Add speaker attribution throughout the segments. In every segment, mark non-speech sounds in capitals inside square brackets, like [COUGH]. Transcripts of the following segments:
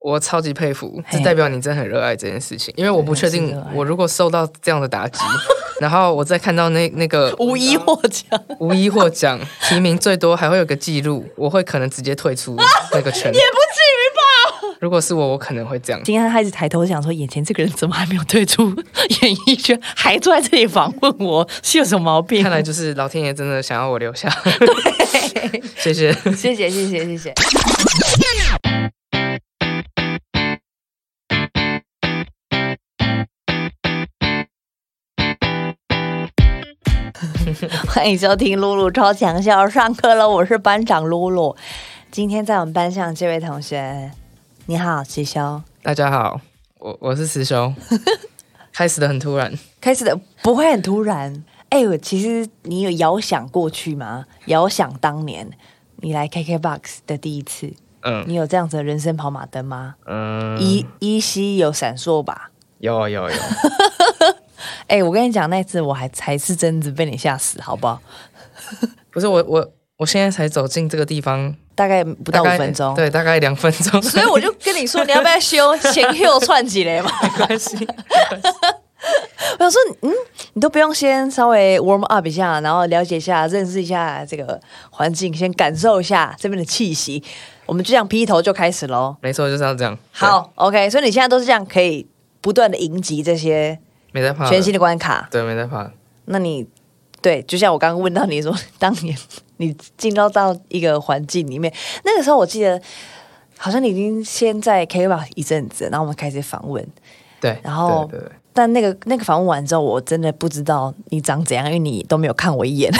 Speaker 1: 我超级佩服，
Speaker 2: 嘿
Speaker 1: 这代表你真的很热爱这件事情。因为我不确
Speaker 2: 对
Speaker 1: 定
Speaker 2: 我是热，爱
Speaker 1: 我如果受到这样的打击， [LAUGHS] 然后我再看到那那个
Speaker 2: 无一获奖，
Speaker 1: 无一获奖提名最多，还会有个记录，我会可能直接退出那个
Speaker 2: [LAUGHS]
Speaker 1: 圈。
Speaker 2: 不至于吧？
Speaker 1: 如果是我，我可能会这样。
Speaker 2: 今天他一直抬头想说，眼前这个人怎么还没有退出演艺圈，还坐在这里访问我，是有什么毛病？
Speaker 1: 看来就是老天爷真的想要我留下， [LAUGHS] 谢谢。
Speaker 2: [LAUGHS] 谢谢谢谢谢谢。 [LAUGHS] 欢迎收听露露超强笑，上课了，我是班长露露。今天在我们班上这位同学，你好，师兄。
Speaker 1: 大家好，我我是师兄。 [LAUGHS] 开始的很突然，
Speaker 2: 开始的不会很突然。哎、我其实你有遥想过去吗？遥想当年你来 KKBOX 的第一次，
Speaker 1: 嗯
Speaker 2: 你有这样子的人生跑马灯吗？
Speaker 1: 嗯，
Speaker 2: 依依稀有闪烁吧。
Speaker 1: 有有有，
Speaker 2: 哎、我跟你讲，那次我还才是真的被你吓死，好不好？
Speaker 1: 不是我我我现在才走进这个地方，
Speaker 2: 大概不
Speaker 1: 大
Speaker 2: 到五
Speaker 1: 概
Speaker 2: 分钟，
Speaker 1: 对，大概两分钟，
Speaker 2: 所以我就跟你说，你要不要修前后串起来嘛？
Speaker 1: [LAUGHS] 没关系。
Speaker 2: [LAUGHS] 我想说，嗯，你都不用先稍微 warm up 一下，然后了解一下、认识一下这个环境，先感受一下这边的气息，我们就这样劈头就开始喽。
Speaker 1: 没错，就是要这样。
Speaker 2: 好，OK，所以你现在都是这样，可以不断的迎击这些
Speaker 1: 对，没在怕了，
Speaker 2: 全新的关卡。
Speaker 1: 对，没在怕。
Speaker 2: 那你对，就像我刚刚问到你说，当年你进到到一个环境里面，那个时候我记得好像你已经先在 K 吧一阵子，然后我们开始访问，
Speaker 1: 对，
Speaker 2: 然后
Speaker 1: 对对对，
Speaker 2: 但那个那个访问完之后，我真的不知道你长怎样，因为你都没有看我一眼。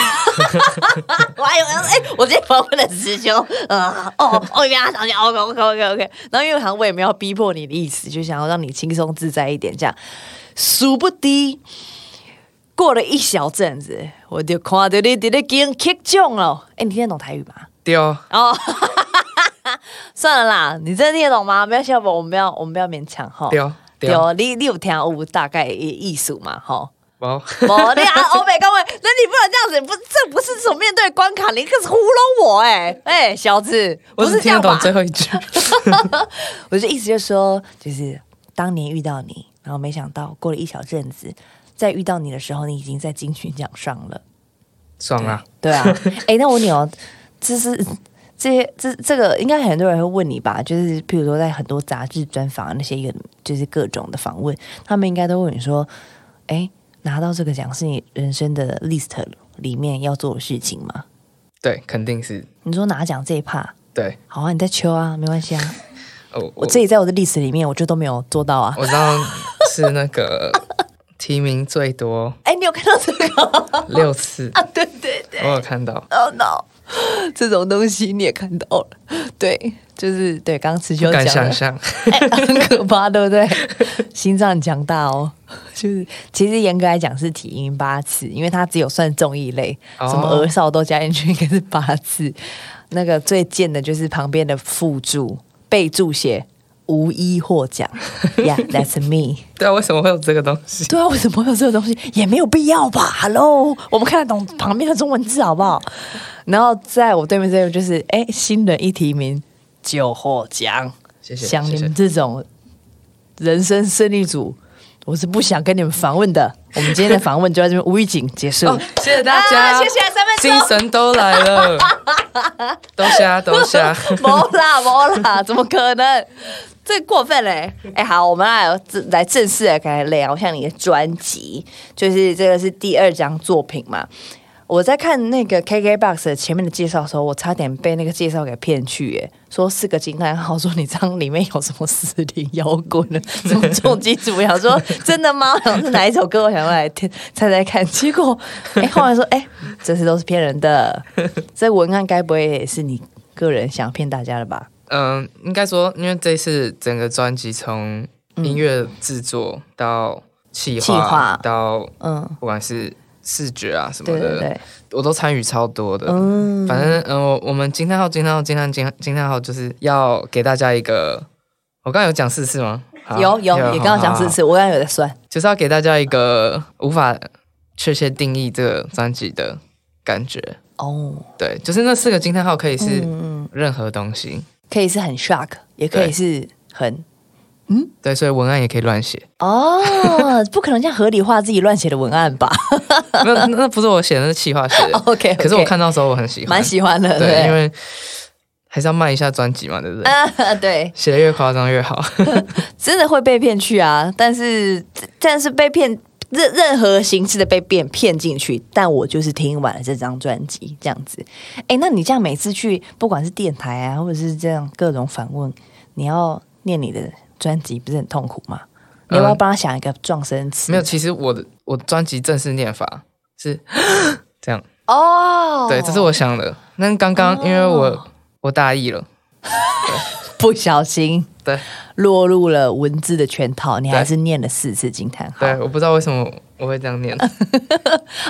Speaker 2: 我还有哎、我今天访问了师兄，啊、哦哦，原来他长这样，OK OK OK OK。然后因为好像我也没有逼迫你的意思，就想要让你轻松自在一点，这样。殊不知，过了一小阵子，我就看到你在那给人 kick 中了。哎、你听得懂台语吗？
Speaker 1: 丢
Speaker 2: 哦，算了啦，你真的听得懂吗？不要笑我，我们不要，我们不要勉强哈。
Speaker 1: 丢
Speaker 2: 对
Speaker 1: 丢，
Speaker 2: 哦，你你有听有大概的意思嘛？
Speaker 1: [LAUGHS]
Speaker 2: 吼，
Speaker 1: 包
Speaker 2: 无你啊，欧美各位，那你不能这样子，不，这不是什么面对关卡，你可是糊弄我哎、
Speaker 1: [LAUGHS]
Speaker 2: 哎、小子，不
Speaker 1: 我
Speaker 2: 是
Speaker 1: 只
Speaker 2: 这
Speaker 1: 听得
Speaker 2: 样
Speaker 1: 懂
Speaker 2: 吧？
Speaker 1: 最后一
Speaker 2: [LAUGHS]
Speaker 1: 句。
Speaker 2: 我就意思就是说，就是当年遇到你，然后没想到过了一小阵子，再遇到你的时候，你已经在金曲奖上了。
Speaker 1: 爽啊！
Speaker 2: 对 [LAUGHS] 啊，哎、那我问你哦，这是这些这这个，应该很多人会问你吧？就是譬如说，在很多杂志专访那些有，就是各种的访问，他们应该都问你说，哎、拿到这个奖是你人生的 list 里面要做的事情吗？
Speaker 1: 对，肯定是
Speaker 2: 你说拿奖这一趴，
Speaker 1: 对。
Speaker 2: 好啊，你在秋啊，没关系啊，
Speaker 1: 哦，
Speaker 2: 我
Speaker 1: 我
Speaker 2: 自己在我的 list 里面，我就都没有做到啊。
Speaker 1: 我知道是那
Speaker 2: [LAUGHS]
Speaker 1: 个提名最多
Speaker 2: 哎、你有看到这个？
Speaker 1: 六次，
Speaker 2: [LAUGHS] 啊，对对对
Speaker 1: 我有看到。
Speaker 2: ，oh no，这种东西你也看到了，对，就是对，刚刚辞修
Speaker 1: 不
Speaker 2: 讲
Speaker 1: 敢
Speaker 2: 的
Speaker 1: 想。象，
Speaker 2: 哎很可怕，对不对？心脏很强大哦，就是其实严格来讲是体音八次，因为它只有算综艺类，
Speaker 1: 哦
Speaker 2: 什么儿少都加进去，应该是八次。那个最贱的就是旁边的附注备注写无一获奖，Yeah，that's me。
Speaker 1: 对啊，为什么会有这个东西？
Speaker 2: [LAUGHS] 对啊，为什么会有这个东西？也没有必要吧？Hello，我们看得懂旁边的中文字好不好？然后在我对面这位就是，哎，新人一提名就获奖。
Speaker 1: 谢谢，
Speaker 2: 像
Speaker 1: 谢
Speaker 2: 你
Speaker 1: 谢
Speaker 2: 们。这种人生胜利组，我是不想跟你们访问的。我们今天的访问就在这边无预警结束。
Speaker 1: 哦，谢谢大家，
Speaker 2: 啊谢谢三分
Speaker 1: 精
Speaker 2: 钟
Speaker 1: 神都来 [LAUGHS] 了，都瞎都瞎，
Speaker 2: [LAUGHS] 没啦没啦，怎么可能？这过分嘞、哎、好，我们来来正式的开始聊一下你的专辑，就是这个是第二张作品嘛。我在看那个 KKBOX 的前面的介绍的时候，我差点被那个介绍给骗去、耶，说四个惊叹号，说你这张里面有什么死灵摇滚的，什么重金属，我想说真的吗？我 [LAUGHS] 想是哪一首歌？我想要来听猜猜看。结果，哎、后来说，哎、这些都是骗人的。这文案该不会也是你个人想骗大家的吧？
Speaker 1: 嗯，应该说，因为这次整个专辑从音乐制作到企
Speaker 2: 企
Speaker 1: 划
Speaker 2: 划，
Speaker 1: 到
Speaker 2: 嗯，
Speaker 1: 不管是视觉啊什么
Speaker 2: 对
Speaker 1: 的，
Speaker 2: 对对，
Speaker 1: 我都参与超多的。
Speaker 2: 嗯
Speaker 1: 反正嗯，我我们惊叹号惊叹号惊叹惊叹惊叹号就是要给大家一个，我刚刚有讲四次吗？好
Speaker 2: 有有，啊你啊刚刚讲
Speaker 1: 好
Speaker 2: 四
Speaker 1: 好
Speaker 2: 次，我刚刚有在算。
Speaker 1: 就是要给大家一个无法确切定义这个专辑的感觉。
Speaker 2: 哦，
Speaker 1: 对，就是那四个惊叹号可以是
Speaker 2: 嗯
Speaker 1: 任何东西，
Speaker 2: 可以是很 shock，也可以
Speaker 1: 对
Speaker 2: 是很
Speaker 1: 对，所以文案也可以乱写。
Speaker 2: 哦， [LAUGHS] 不可能这样合理化自己乱写的文案吧
Speaker 1: [LAUGHS] 没有，那那不是我写的，那是企划写
Speaker 2: [LAUGHS]
Speaker 1: 的。
Speaker 2: ？OK，
Speaker 1: 可是我看到的时候我很喜欢，
Speaker 2: 蛮喜欢的，
Speaker 1: 对，因
Speaker 2: [LAUGHS] 对
Speaker 1: 为还是要卖一下专辑嘛，对不对？
Speaker 2: 啊， [LAUGHS] 对，
Speaker 1: 写的越夸张越
Speaker 2: [LAUGHS]
Speaker 1: 好。
Speaker 2: 真的会被骗去啊，但是但是被骗。任任何形式的被骗骗进去，但我就是听完了这张专辑这样子。哎，那你这样每次去，不管是电台啊，或者是这样各种访问，你要念你的专辑，不是很痛苦吗？你要不要
Speaker 1: 嗯
Speaker 2: 帮他想一个撞声词？
Speaker 1: 没有，其实我的我专辑正式念法
Speaker 2: [GASPS]
Speaker 1: 是这样，
Speaker 2: 哦，
Speaker 1: 对，这是我想的。那刚刚因为我我大意了，
Speaker 2: 不小心
Speaker 1: 对
Speaker 2: 落入了文字的圈套，你
Speaker 1: 对
Speaker 2: 还是念了四次惊叹号
Speaker 1: 对，。我不知道为什么我会这样念，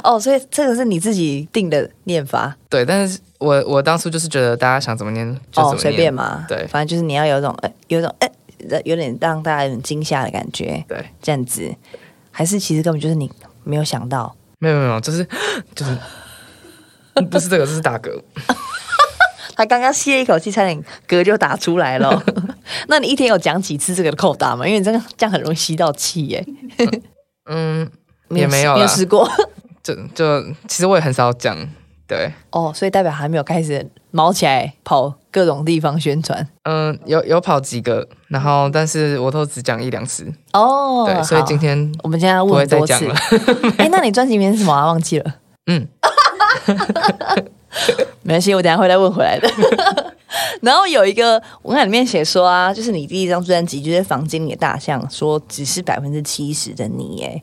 Speaker 2: 哦，所以这个是你自己定的念法
Speaker 1: 对，但是我我当初就是觉得大家想怎么念就
Speaker 2: 哦，
Speaker 1: 怎
Speaker 2: 随
Speaker 1: 么
Speaker 2: 便
Speaker 1: 念，
Speaker 2: 嘛，
Speaker 1: 对
Speaker 2: 反正就是你要有一种呃，有一种呃，有点让大家有点惊吓的感觉，
Speaker 1: 对，
Speaker 2: 这样子，还是其实根本就是你没有想到，
Speaker 1: 没有没有没有，就是就是 [LAUGHS] 不是这个，这是大哥，
Speaker 2: 他刚刚吸了一口气，差点嗝就打出来
Speaker 1: [LAUGHS]
Speaker 2: 了。那你一天有讲几次这个扣打吗？因为你这样这样很容易吸到气耶，
Speaker 1: [LAUGHS] 嗯，也没有
Speaker 2: [LAUGHS] 没有
Speaker 1: 啦，
Speaker 2: 试过 [LAUGHS]
Speaker 1: 就就其实我也很少讲，对，
Speaker 2: 哦，所以代表还没有开始毛起来跑各种地方宣传。
Speaker 1: 嗯，有有跑几个，然后但是我都只讲一两次，
Speaker 2: 哦，
Speaker 1: 对，所以今
Speaker 2: 好
Speaker 1: 天
Speaker 2: 我们今天要
Speaker 1: 不
Speaker 2: 问
Speaker 1: 会
Speaker 2: 很
Speaker 1: 再
Speaker 2: 多
Speaker 1: 讲
Speaker 2: 次 [LAUGHS]
Speaker 1: 了。。
Speaker 2: 哎、那你专辑名是什么啊？忘记了。
Speaker 1: 嗯，
Speaker 2: [LAUGHS] 没关系，我等一下会再问回来的。 [LAUGHS] 然后有一个文案里面写说啊，就是你第一张专辑就是《房间里的大象》，说只是百分之七十的你，哎、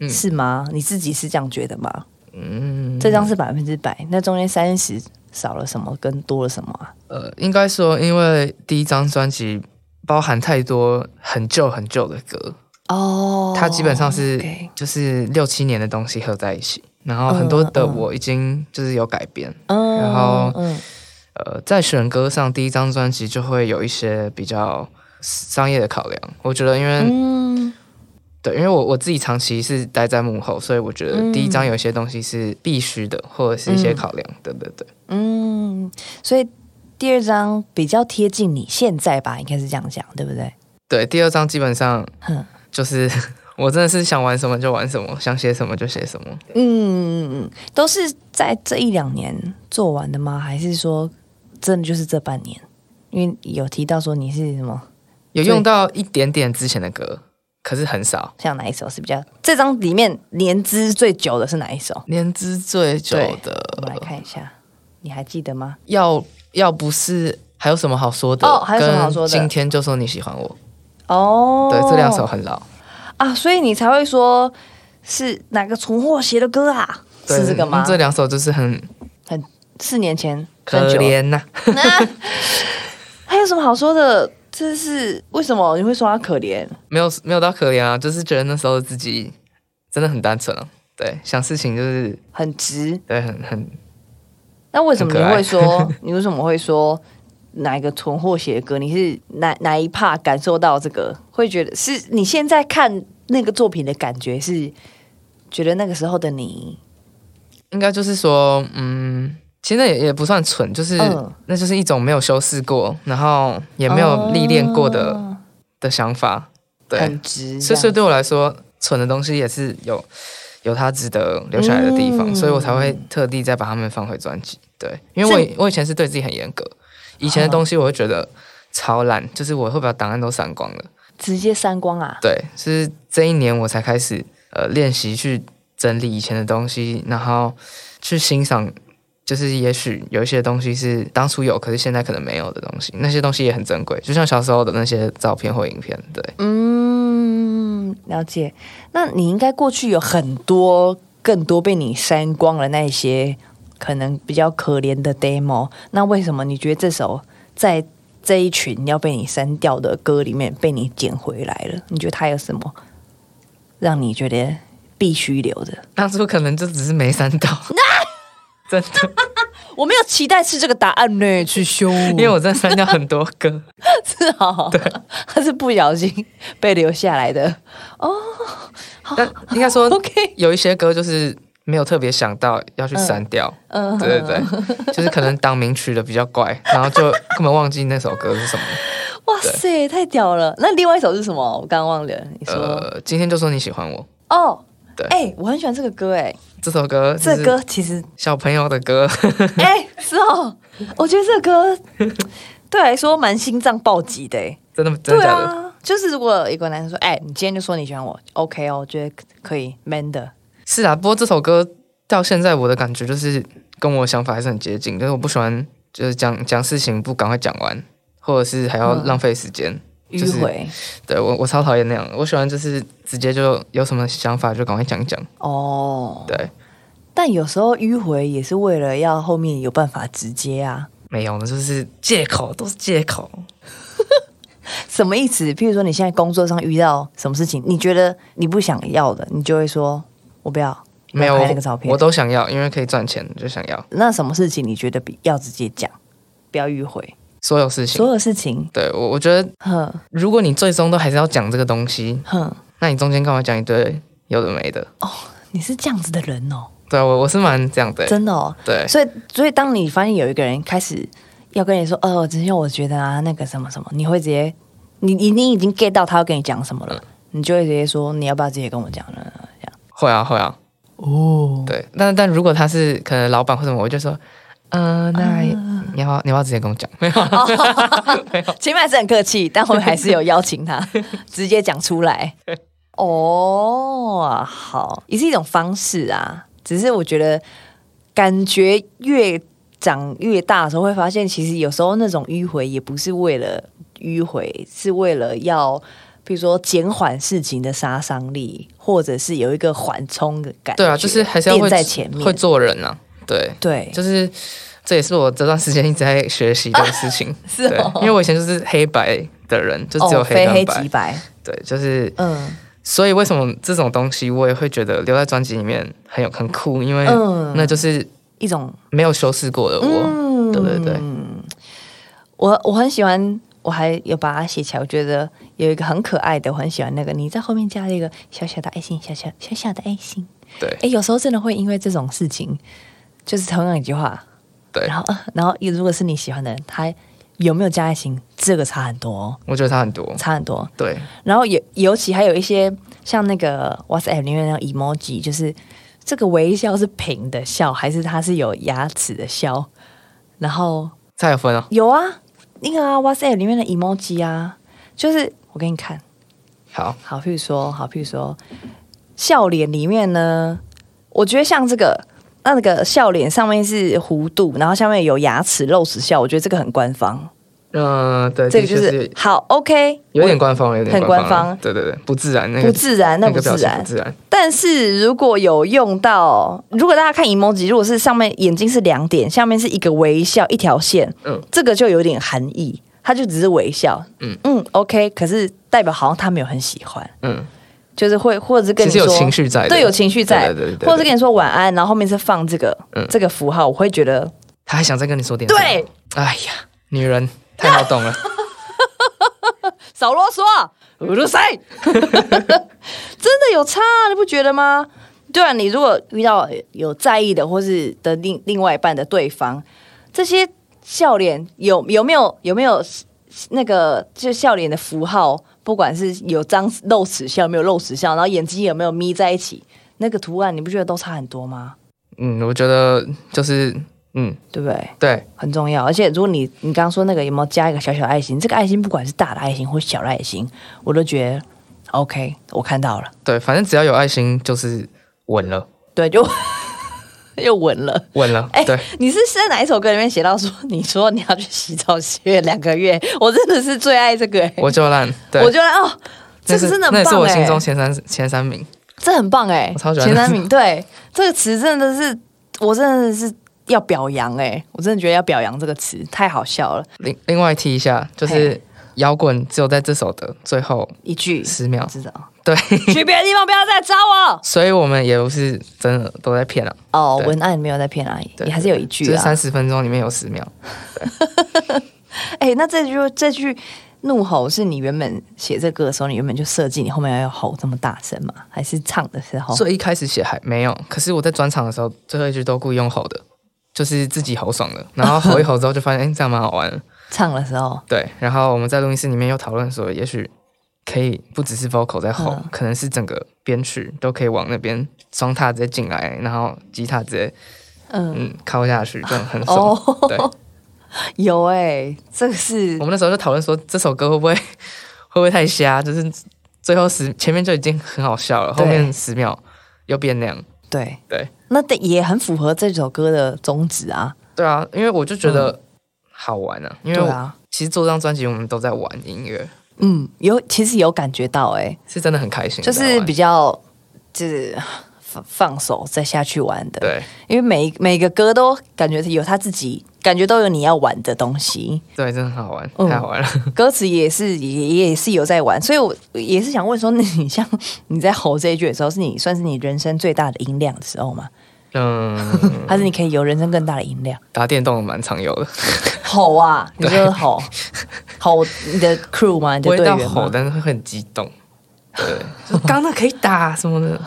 Speaker 1: 嗯
Speaker 2: 是吗？你自己是这样觉得吗？嗯，这张是百分之百，那中间三十少了什么跟多了什么啊？
Speaker 1: 呃，应该说，因为第一张专辑包含太多很旧很旧的歌，
Speaker 2: 哦，
Speaker 1: 它基本上是
Speaker 2: OK
Speaker 1: 就是六七年的东西合在一起，然后很多的我已经就是有改编，
Speaker 2: 嗯
Speaker 1: 然后
Speaker 2: 嗯
Speaker 1: 呃，在选歌上，第一张专辑就会有一些比较商业的考量。我觉得，因为、
Speaker 2: 嗯
Speaker 1: 对，因为我我自己长期是待在幕后，所以我觉得第一
Speaker 2: 嗯
Speaker 1: 张有一些东西是必须的，或者是一些考量。对对对，
Speaker 2: 嗯，所以第二张比较贴近你现在吧，应该是这样讲，对不对？
Speaker 1: 对，第二张基本上
Speaker 2: 哼
Speaker 1: 就是我真的是想玩什么就玩什么，想写什么就写什么。
Speaker 2: 嗯，都是在这一两年做完的吗？还是说真的就是这半年？因为有提到说你是什么，
Speaker 1: 有用到一点点之前的歌，可是很少。
Speaker 2: 像哪一首是比较这张里面年资最久的是哪一首？
Speaker 1: 年资最久
Speaker 2: 我们来
Speaker 1: 的，
Speaker 2: 看一下，你还记得吗？
Speaker 1: 要要不是还有什么好说的？
Speaker 2: 哦还有什么好说的
Speaker 1: 跟今天就说你喜欢我，
Speaker 2: 哦，
Speaker 1: 对，这两首很老，
Speaker 2: 啊，所以你才会说是哪个存货写的歌啊？
Speaker 1: 对
Speaker 2: 是这个吗？
Speaker 1: 这两首就是很
Speaker 2: 很四年前，算
Speaker 1: 可
Speaker 2: 久了
Speaker 1: 怜呐、
Speaker 2: 那还有什么好说的？这是为什么你会说他可怜？
Speaker 1: 没有没有到可怜啊，就是觉得那时候自己真的很单纯啊，对，想事情就是
Speaker 2: 很直？
Speaker 1: 对，很很
Speaker 2: 那为什么你
Speaker 1: 很可爱 [LAUGHS]
Speaker 2: 会说？你为什么会说哪一个存货写的歌？你是哪哪一 part 感受到这个？会觉得是你现在看那个作品的感觉是觉得那个时候的你，
Speaker 1: 应该就是说，嗯，其实那也也不算蠢，就是、
Speaker 2: 嗯
Speaker 1: 那就是一种没有修饰过，然后也没有历练过的、
Speaker 2: 哦
Speaker 1: 的想法，对
Speaker 2: 很，直，
Speaker 1: 所以所以
Speaker 2: 这
Speaker 1: 对
Speaker 2: 样
Speaker 1: 我来说，蠢的东西也是有有它值得留下来的地方，
Speaker 2: 嗯
Speaker 1: 所以我才会特地再把它们放回专辑，对，因为我以我以前是对自己很严格，以前的东西我会觉得超烂，就是我会把档案都删光了。
Speaker 2: 直接删光啊！
Speaker 1: 对，是这一年我才开始呃练习去整理以前的东西，然后去欣赏，就是也许有一些东西是当初有，可是现在可能没有的东西，那些东西也很珍贵，就像小时候的那些照片或影片，对，
Speaker 2: 嗯，了解。那你应该过去有很多更多被你删光了那些可能比较可怜的 demo，那为什么你觉得这首在这一群要被你删掉的歌里面被你捡回来了？你觉得它有什么让你觉得必须留的？
Speaker 1: 当初可能就只是没删到，
Speaker 2: 啊
Speaker 1: 真的，
Speaker 2: 我没有期待是这个答案呢，去 [LAUGHS] 修，因
Speaker 1: 因为我真的删掉很多歌，
Speaker 2: 是哦，它 [LAUGHS] 是不小心被留下来的。
Speaker 1: 但应该说
Speaker 2: 哦 [LAUGHS] OK，
Speaker 1: 有一些歌就是没有特别想到要去删掉，
Speaker 2: 嗯，
Speaker 1: 对对对，就是可能党名取的比较怪，然后就根本忘记那首歌是什么。
Speaker 2: 哇塞，太屌了！那另外一首是什么？我刚刚忘了，你说、
Speaker 1: 呃，今天就说你喜欢我
Speaker 2: 哦。
Speaker 1: 对
Speaker 2: 哎、我很喜欢这个歌哎、
Speaker 1: 这首歌，
Speaker 2: 这歌其
Speaker 1: [LAUGHS]
Speaker 2: 实
Speaker 1: 小朋友的歌， [LAUGHS]
Speaker 2: 哎、是哦，我觉得这个歌对我来说蛮心脏暴击的、哎
Speaker 1: 真的真
Speaker 2: 对
Speaker 1: 的假的？
Speaker 2: 啊，就是如果有一个男生说，哎、你今天就说你喜欢我，OK 哦，我觉得可以 man 的，
Speaker 1: 是啊，不过这首歌到现在我的感觉就是跟我想法还是很接近，就是我不喜欢就是讲讲事情不赶快讲完，或者是还要
Speaker 2: 嗯
Speaker 1: 浪费时间。就是
Speaker 2: 迂回
Speaker 1: 对我我超讨厌那样，我喜欢就是直接就有什么想法就赶快讲一讲。
Speaker 2: 哦。
Speaker 1: 对，
Speaker 2: 但有时候迂回也是为了要后面有办法直接啊，
Speaker 1: 没有呢，就是借口都是借口。
Speaker 2: 什么意思？譬如说你现在工作上遇到什么事情，你觉得你不想要的，你就会说我不要，
Speaker 1: 没有
Speaker 2: 我要拍那个照片，
Speaker 1: 我都想要，因为可以赚钱就想要
Speaker 2: 那什么事情你觉得比要直接讲，不要迂回？
Speaker 1: 所有事情
Speaker 2: 所。有事情，
Speaker 1: 对我，我觉得
Speaker 2: 哼
Speaker 1: 如果你最终都还是要讲这个东西，
Speaker 2: 哼，哦
Speaker 1: 那你中间干嘛讲一堆有的没的？
Speaker 2: 你是这样子的人哦，
Speaker 1: 对啊我我是蛮这样的、
Speaker 2: 真的哦。
Speaker 1: 对，
Speaker 2: 所以，所以当你发现有一个人开始要跟你说，哦，只是我觉得啊，那个什么什么，你会直接，你你你已经 get 到他要跟你讲什么了，
Speaker 1: 嗯
Speaker 2: 你就会直接说，你要不要直接跟我讲呢？这样
Speaker 1: 会啊会啊，
Speaker 2: 哦，
Speaker 1: 对。但但如果他是可能老板或什么，我就说，呃，那
Speaker 2: 啊
Speaker 1: 你要不要你要不要直接跟我讲？ [LAUGHS] 没有啊，
Speaker 2: 前面还是很客气，但我们还是有邀请
Speaker 1: [LAUGHS]
Speaker 2: 他直接讲出来。哦，好，也是一种方式啊。只是我觉得，感觉越长越大的时候，会发现其实有时候那种迂回也不是为了迂回，是为了要，比如说减缓事情的杀伤力，或者是有一个缓冲的感觉。
Speaker 1: 对啊，就是还是要会
Speaker 2: 垫在前面
Speaker 1: 会做人啊，对，
Speaker 2: 对，
Speaker 1: 就是这也是我这段时间一直在学习的事情。
Speaker 2: [LAUGHS] 是哦
Speaker 1: 对，因为我以前就是黑白的人，就只有
Speaker 2: 哦，非
Speaker 1: 黑
Speaker 2: 黑
Speaker 1: 跟白。
Speaker 2: 即白，
Speaker 1: 对，就是
Speaker 2: 嗯
Speaker 1: 所以为什么这种东西我也会觉得留在专辑里面很有很酷，因为
Speaker 2: 嗯
Speaker 1: 那就是
Speaker 2: 一种
Speaker 1: 没有修饰过的我。
Speaker 2: 嗯
Speaker 1: 对对对，
Speaker 2: 我我很喜欢，我还有把它写起来。我觉得有一个很可爱的，我很喜欢那个，你在后面加了一个小小的爱心，小小小小的爱心。
Speaker 1: 对
Speaker 2: 哎，有时候真的会因为这种事情，就是同样一句话，
Speaker 1: 对
Speaker 2: 然，后呃然后如果是你喜欢的人，他有没有加爱心，这个差很多哦，
Speaker 1: 我觉得差很多。
Speaker 2: 差很多。
Speaker 1: 对，
Speaker 2: 然后尤尤其还有一些像那个 WhatsApp 里面那种 emoji，就是这个微笑是平的笑，还是它是有牙齿的笑？然后
Speaker 1: 蔡有分啊，
Speaker 2: 有啊，那个啊，WhatsApp 里面的 emoji 啊，就是我给你看，
Speaker 1: 好，
Speaker 2: 好，譬如说，好，譬如说，笑脸里面呢，我觉得像这个，那个笑脸上面是弧度，然后下面有牙齿露齿笑，我觉得这个很官方，
Speaker 1: 嗯、对，
Speaker 2: 这个就
Speaker 1: 的确
Speaker 2: 是好，OK，
Speaker 1: 有点官方，有点
Speaker 2: 很
Speaker 1: 官
Speaker 2: 官
Speaker 1: 啊
Speaker 2: 方
Speaker 1: 对对对，不自然，那个
Speaker 2: 不自然，那
Speaker 1: 个
Speaker 2: 不自
Speaker 1: 表情
Speaker 2: 然
Speaker 1: 不。自然。
Speaker 2: 但是如果有用到，如果大家看 emoji，如果是上面眼睛是两点，下面是一个微笑一条线，
Speaker 1: 嗯
Speaker 2: 嗯，这个就有点含义，它就只是微笑，
Speaker 1: 嗯
Speaker 2: 嗯嗯，OK，可是代表好像他没有很喜欢，
Speaker 1: 嗯，
Speaker 2: 就是会或者是跟
Speaker 1: 其
Speaker 2: 你
Speaker 1: 实
Speaker 2: 说
Speaker 1: 有情绪在的，
Speaker 2: 对，有情绪在，
Speaker 1: 对对对对对
Speaker 2: 或者是跟你说晚安，然后后面是放这个、
Speaker 1: 嗯
Speaker 2: 这个符号，我会觉得
Speaker 1: 他还想再跟你说点什么
Speaker 2: 对，，
Speaker 1: 哎呀，女人太好懂了， [LAUGHS]
Speaker 2: 少啰嗦，我是谁？ [LAUGHS] 真的有差、啊，你不觉得吗？对啊，你如果遇到有在意的，或是的另另外一半的对方，这些笑脸有有没有有没有那个就笑脸的符号，不管是有张露齿笑没有露齿笑，然后眼睛有没有眯在一起，那个图案你不觉得都差很多吗？
Speaker 1: 嗯，我觉得就是嗯，
Speaker 2: 对不对？
Speaker 1: 对，
Speaker 2: 很重要。而且如果你你刚刚说那个有没有加一个小小的爱心，这个爱心不管是大的爱心或小的爱心，我都觉得 OK，我看到了，
Speaker 1: 对，反正只要有爱心就是稳了，
Speaker 2: 对，就 [LAUGHS] 又稳了。
Speaker 1: 稳了。
Speaker 2: 哎、
Speaker 1: 对，
Speaker 2: 你是在哪一首歌里面写到说你说你要去洗澡学两个月？我真的是最爱这个、哎
Speaker 1: 我就烂。对，
Speaker 2: 我觉得哦，
Speaker 1: 那
Speaker 2: 这个
Speaker 1: 是
Speaker 2: 真的
Speaker 1: 那
Speaker 2: 很
Speaker 1: 也是
Speaker 2: 棒
Speaker 1: 我
Speaker 2: 哎、
Speaker 1: 心中前三前三名。
Speaker 2: 这很棒哎、
Speaker 1: 我超喜欢
Speaker 2: 前三名，对这个词真的是，我真的是要表扬哎、我真的觉得要表扬这个词，太好笑了，
Speaker 1: 另另外提一下，就是
Speaker 2: 嘿
Speaker 1: 摇滚只有在这首的最后
Speaker 2: 一句
Speaker 1: 十秒。
Speaker 2: 知道。
Speaker 1: 对，
Speaker 2: [LAUGHS] 去别的地方不要再找我。
Speaker 1: 所以我们也不是真的都在骗了、
Speaker 2: 哦，
Speaker 1: 对
Speaker 2: 文案没有在骗啊，
Speaker 1: 对
Speaker 2: 也还是有一
Speaker 1: 就
Speaker 2: 句
Speaker 1: 是
Speaker 2: 啊
Speaker 1: 三。十分钟里面有十秒。
Speaker 2: 哎、那这句这句怒吼是你原本写这歌的时候，你原本就设计你后面要吼这么大声吗？还是唱的时候？
Speaker 1: 所以一开始写还没有，可是我在转场的时候，最后一句都故意用吼的，就是自己吼爽了，然后吼一吼之后就发现，哎、这样蛮好玩
Speaker 2: 嗯
Speaker 1: 的。
Speaker 2: 唱的时候，
Speaker 1: 对，然后我们在录音室里面又讨论说，也许可以不只是 vocal 在吼，
Speaker 2: 嗯
Speaker 1: 可能是整个编曲都可以往那边双踏直接进来，然后吉他直接
Speaker 2: 嗯，
Speaker 1: 嗯敲下去，这样很爽。对，
Speaker 2: 哦， [LAUGHS] 有哎、这个是
Speaker 1: 我们那时候就讨论说，这首歌会 [LAUGHS] 不会会不会太瞎？就是最后十前面就已经很好笑了，后
Speaker 2: 对
Speaker 1: 面十秒又变那样。
Speaker 2: 对
Speaker 1: 对，
Speaker 2: 那得也很符合这首歌的宗旨啊。
Speaker 1: 对啊，因为我就觉得好玩啊，因为
Speaker 2: 对
Speaker 1: 我
Speaker 2: 啊，
Speaker 1: 其实做这张专辑，我们都在玩音乐，
Speaker 2: 嗯，有其实有感哎觉到哎、
Speaker 1: 是真的很开心
Speaker 2: 就
Speaker 1: 在玩，
Speaker 2: 是比较就是放放手再下去玩的。
Speaker 1: 对
Speaker 2: 因为每每个歌都感觉有他自己，感觉都有你要玩的东西，
Speaker 1: 对，真的很好玩，
Speaker 2: 嗯
Speaker 1: 太好玩了。
Speaker 2: 歌词也是也也是有在玩，所以我也是想问说，那你像你在吼这一句的时候，是你算是你人生最大的音量的时候吗？
Speaker 1: [LAUGHS] 嗯，
Speaker 2: 还是你可以有人生更大的音量？
Speaker 1: 打电动蛮常有 [LAUGHS] 的，
Speaker 2: 吼啊，你就是吼吼你的 crew 吗？你
Speaker 1: 不
Speaker 2: 的
Speaker 1: 会
Speaker 2: 队
Speaker 1: 到
Speaker 2: 员
Speaker 1: 吼，
Speaker 2: 吗？
Speaker 1: 但是会很激动。对，就 [LAUGHS] 刚那可以打什么的，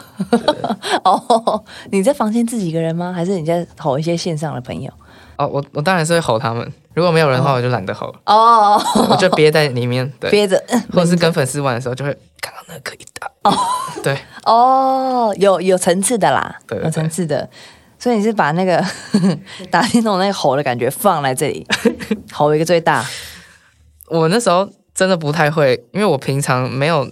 Speaker 2: [LAUGHS] 哦，你在房间自己一个人吗？还是你在吼一些线上的朋友？
Speaker 1: 哦，我我当然是会吼他们。如果没有人的话，我就懒得吼了，
Speaker 2: 哦，
Speaker 1: 我就憋在里面。对，
Speaker 2: [LAUGHS] 憋着。嗯
Speaker 1: 或者是跟粉丝玩的时候，就会刚刚那个可以打。哦，对，
Speaker 2: 哦，有有层次的啦，
Speaker 1: 对对
Speaker 2: 有层次的。所以你是把
Speaker 1: [LAUGHS]
Speaker 2: 那个打电动那个吼的感觉放在这里，吼一个最大，
Speaker 1: 我那时候真的不太会，因为我平常没有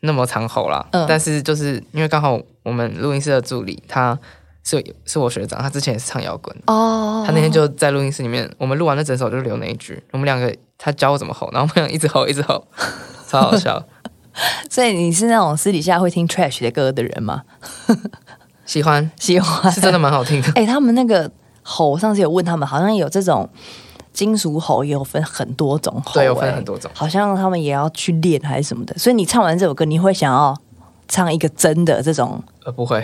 Speaker 1: 那么常吼啦。
Speaker 2: 嗯
Speaker 1: 但是就是因为刚好我们录音室的助理他是是我学长，他之前也是唱摇滚的，
Speaker 2: 哦
Speaker 1: 他那天就在录音室里面，我们录完了整首就留那一句，我们两个他教我怎么吼，然后我们俩一直吼一直
Speaker 2: [LAUGHS]
Speaker 1: 吼，超好笑。
Speaker 2: 所以你是那种私底下会听 trash 的歌的人吗？
Speaker 1: 喜
Speaker 2: [LAUGHS]
Speaker 1: 欢
Speaker 2: 喜欢
Speaker 1: 是真的蛮好听的，
Speaker 2: 哎、他们那个吼，我上次有问他们，好像有这种金属吼，也有分很多种吼、
Speaker 1: 对，有分
Speaker 2: 哎
Speaker 1: 很，多种。
Speaker 2: 好像他们也要去练还是什么的。所以你唱完这首歌，你会想要唱一个真的这种
Speaker 1: 呃，不会，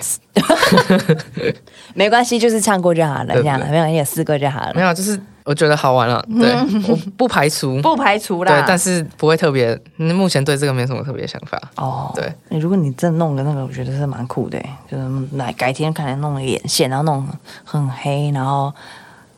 Speaker 2: 没关系，就是唱过就好了，
Speaker 1: 对
Speaker 2: 这样
Speaker 1: 对
Speaker 2: 没有也试过就好
Speaker 1: 没
Speaker 2: 了，
Speaker 1: 有，就是我觉得好玩了，
Speaker 2: [LAUGHS]
Speaker 1: 对，我不排除，
Speaker 2: 不排除啦。
Speaker 1: 对，但是不会特别，嗯目前对这个没什么特别想法。
Speaker 2: 哦，
Speaker 1: 对
Speaker 2: 欸，如果你真的弄个那个，我觉得是蛮酷的欸，就是来改天看来弄个眼线，然后弄很黑，然后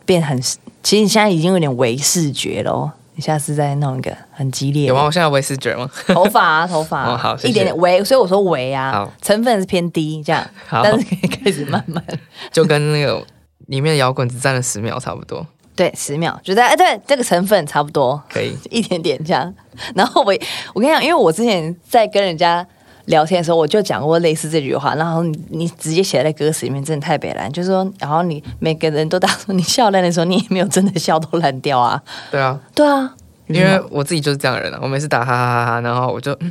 Speaker 2: 变很，其实你现在已经有点微视觉了哦。你下次再弄一个很激烈
Speaker 1: 有吗？
Speaker 2: 的
Speaker 1: 我现在微视觉吗？[LAUGHS]
Speaker 2: [LAUGHS] 头发啊，头发啊、
Speaker 1: 哦好谢谢
Speaker 2: 一点点微，所以我说微啊
Speaker 1: 好，
Speaker 2: 成分是偏低这样，
Speaker 1: 好
Speaker 2: [LAUGHS] 但是可以开始慢慢
Speaker 1: 就跟那个里面的摇滚只占了十秒差不多，
Speaker 2: 对十秒，觉得哎对这个成分差不多，
Speaker 1: 可以。
Speaker 2: 一点点这样。然后我我跟你讲，因为我之前在跟人家聊天的时候，我就讲过类似这句话，然后你你直接写在歌词里面，真的太北蓝，就是说，然后你每个人都打说你笑烂的时候，你也没有真的笑都烂掉啊，
Speaker 1: 对啊，
Speaker 2: 对啊，
Speaker 1: 因为我自己就是这样的人啊，我每次打哈哈哈哈，然后我就、嗯、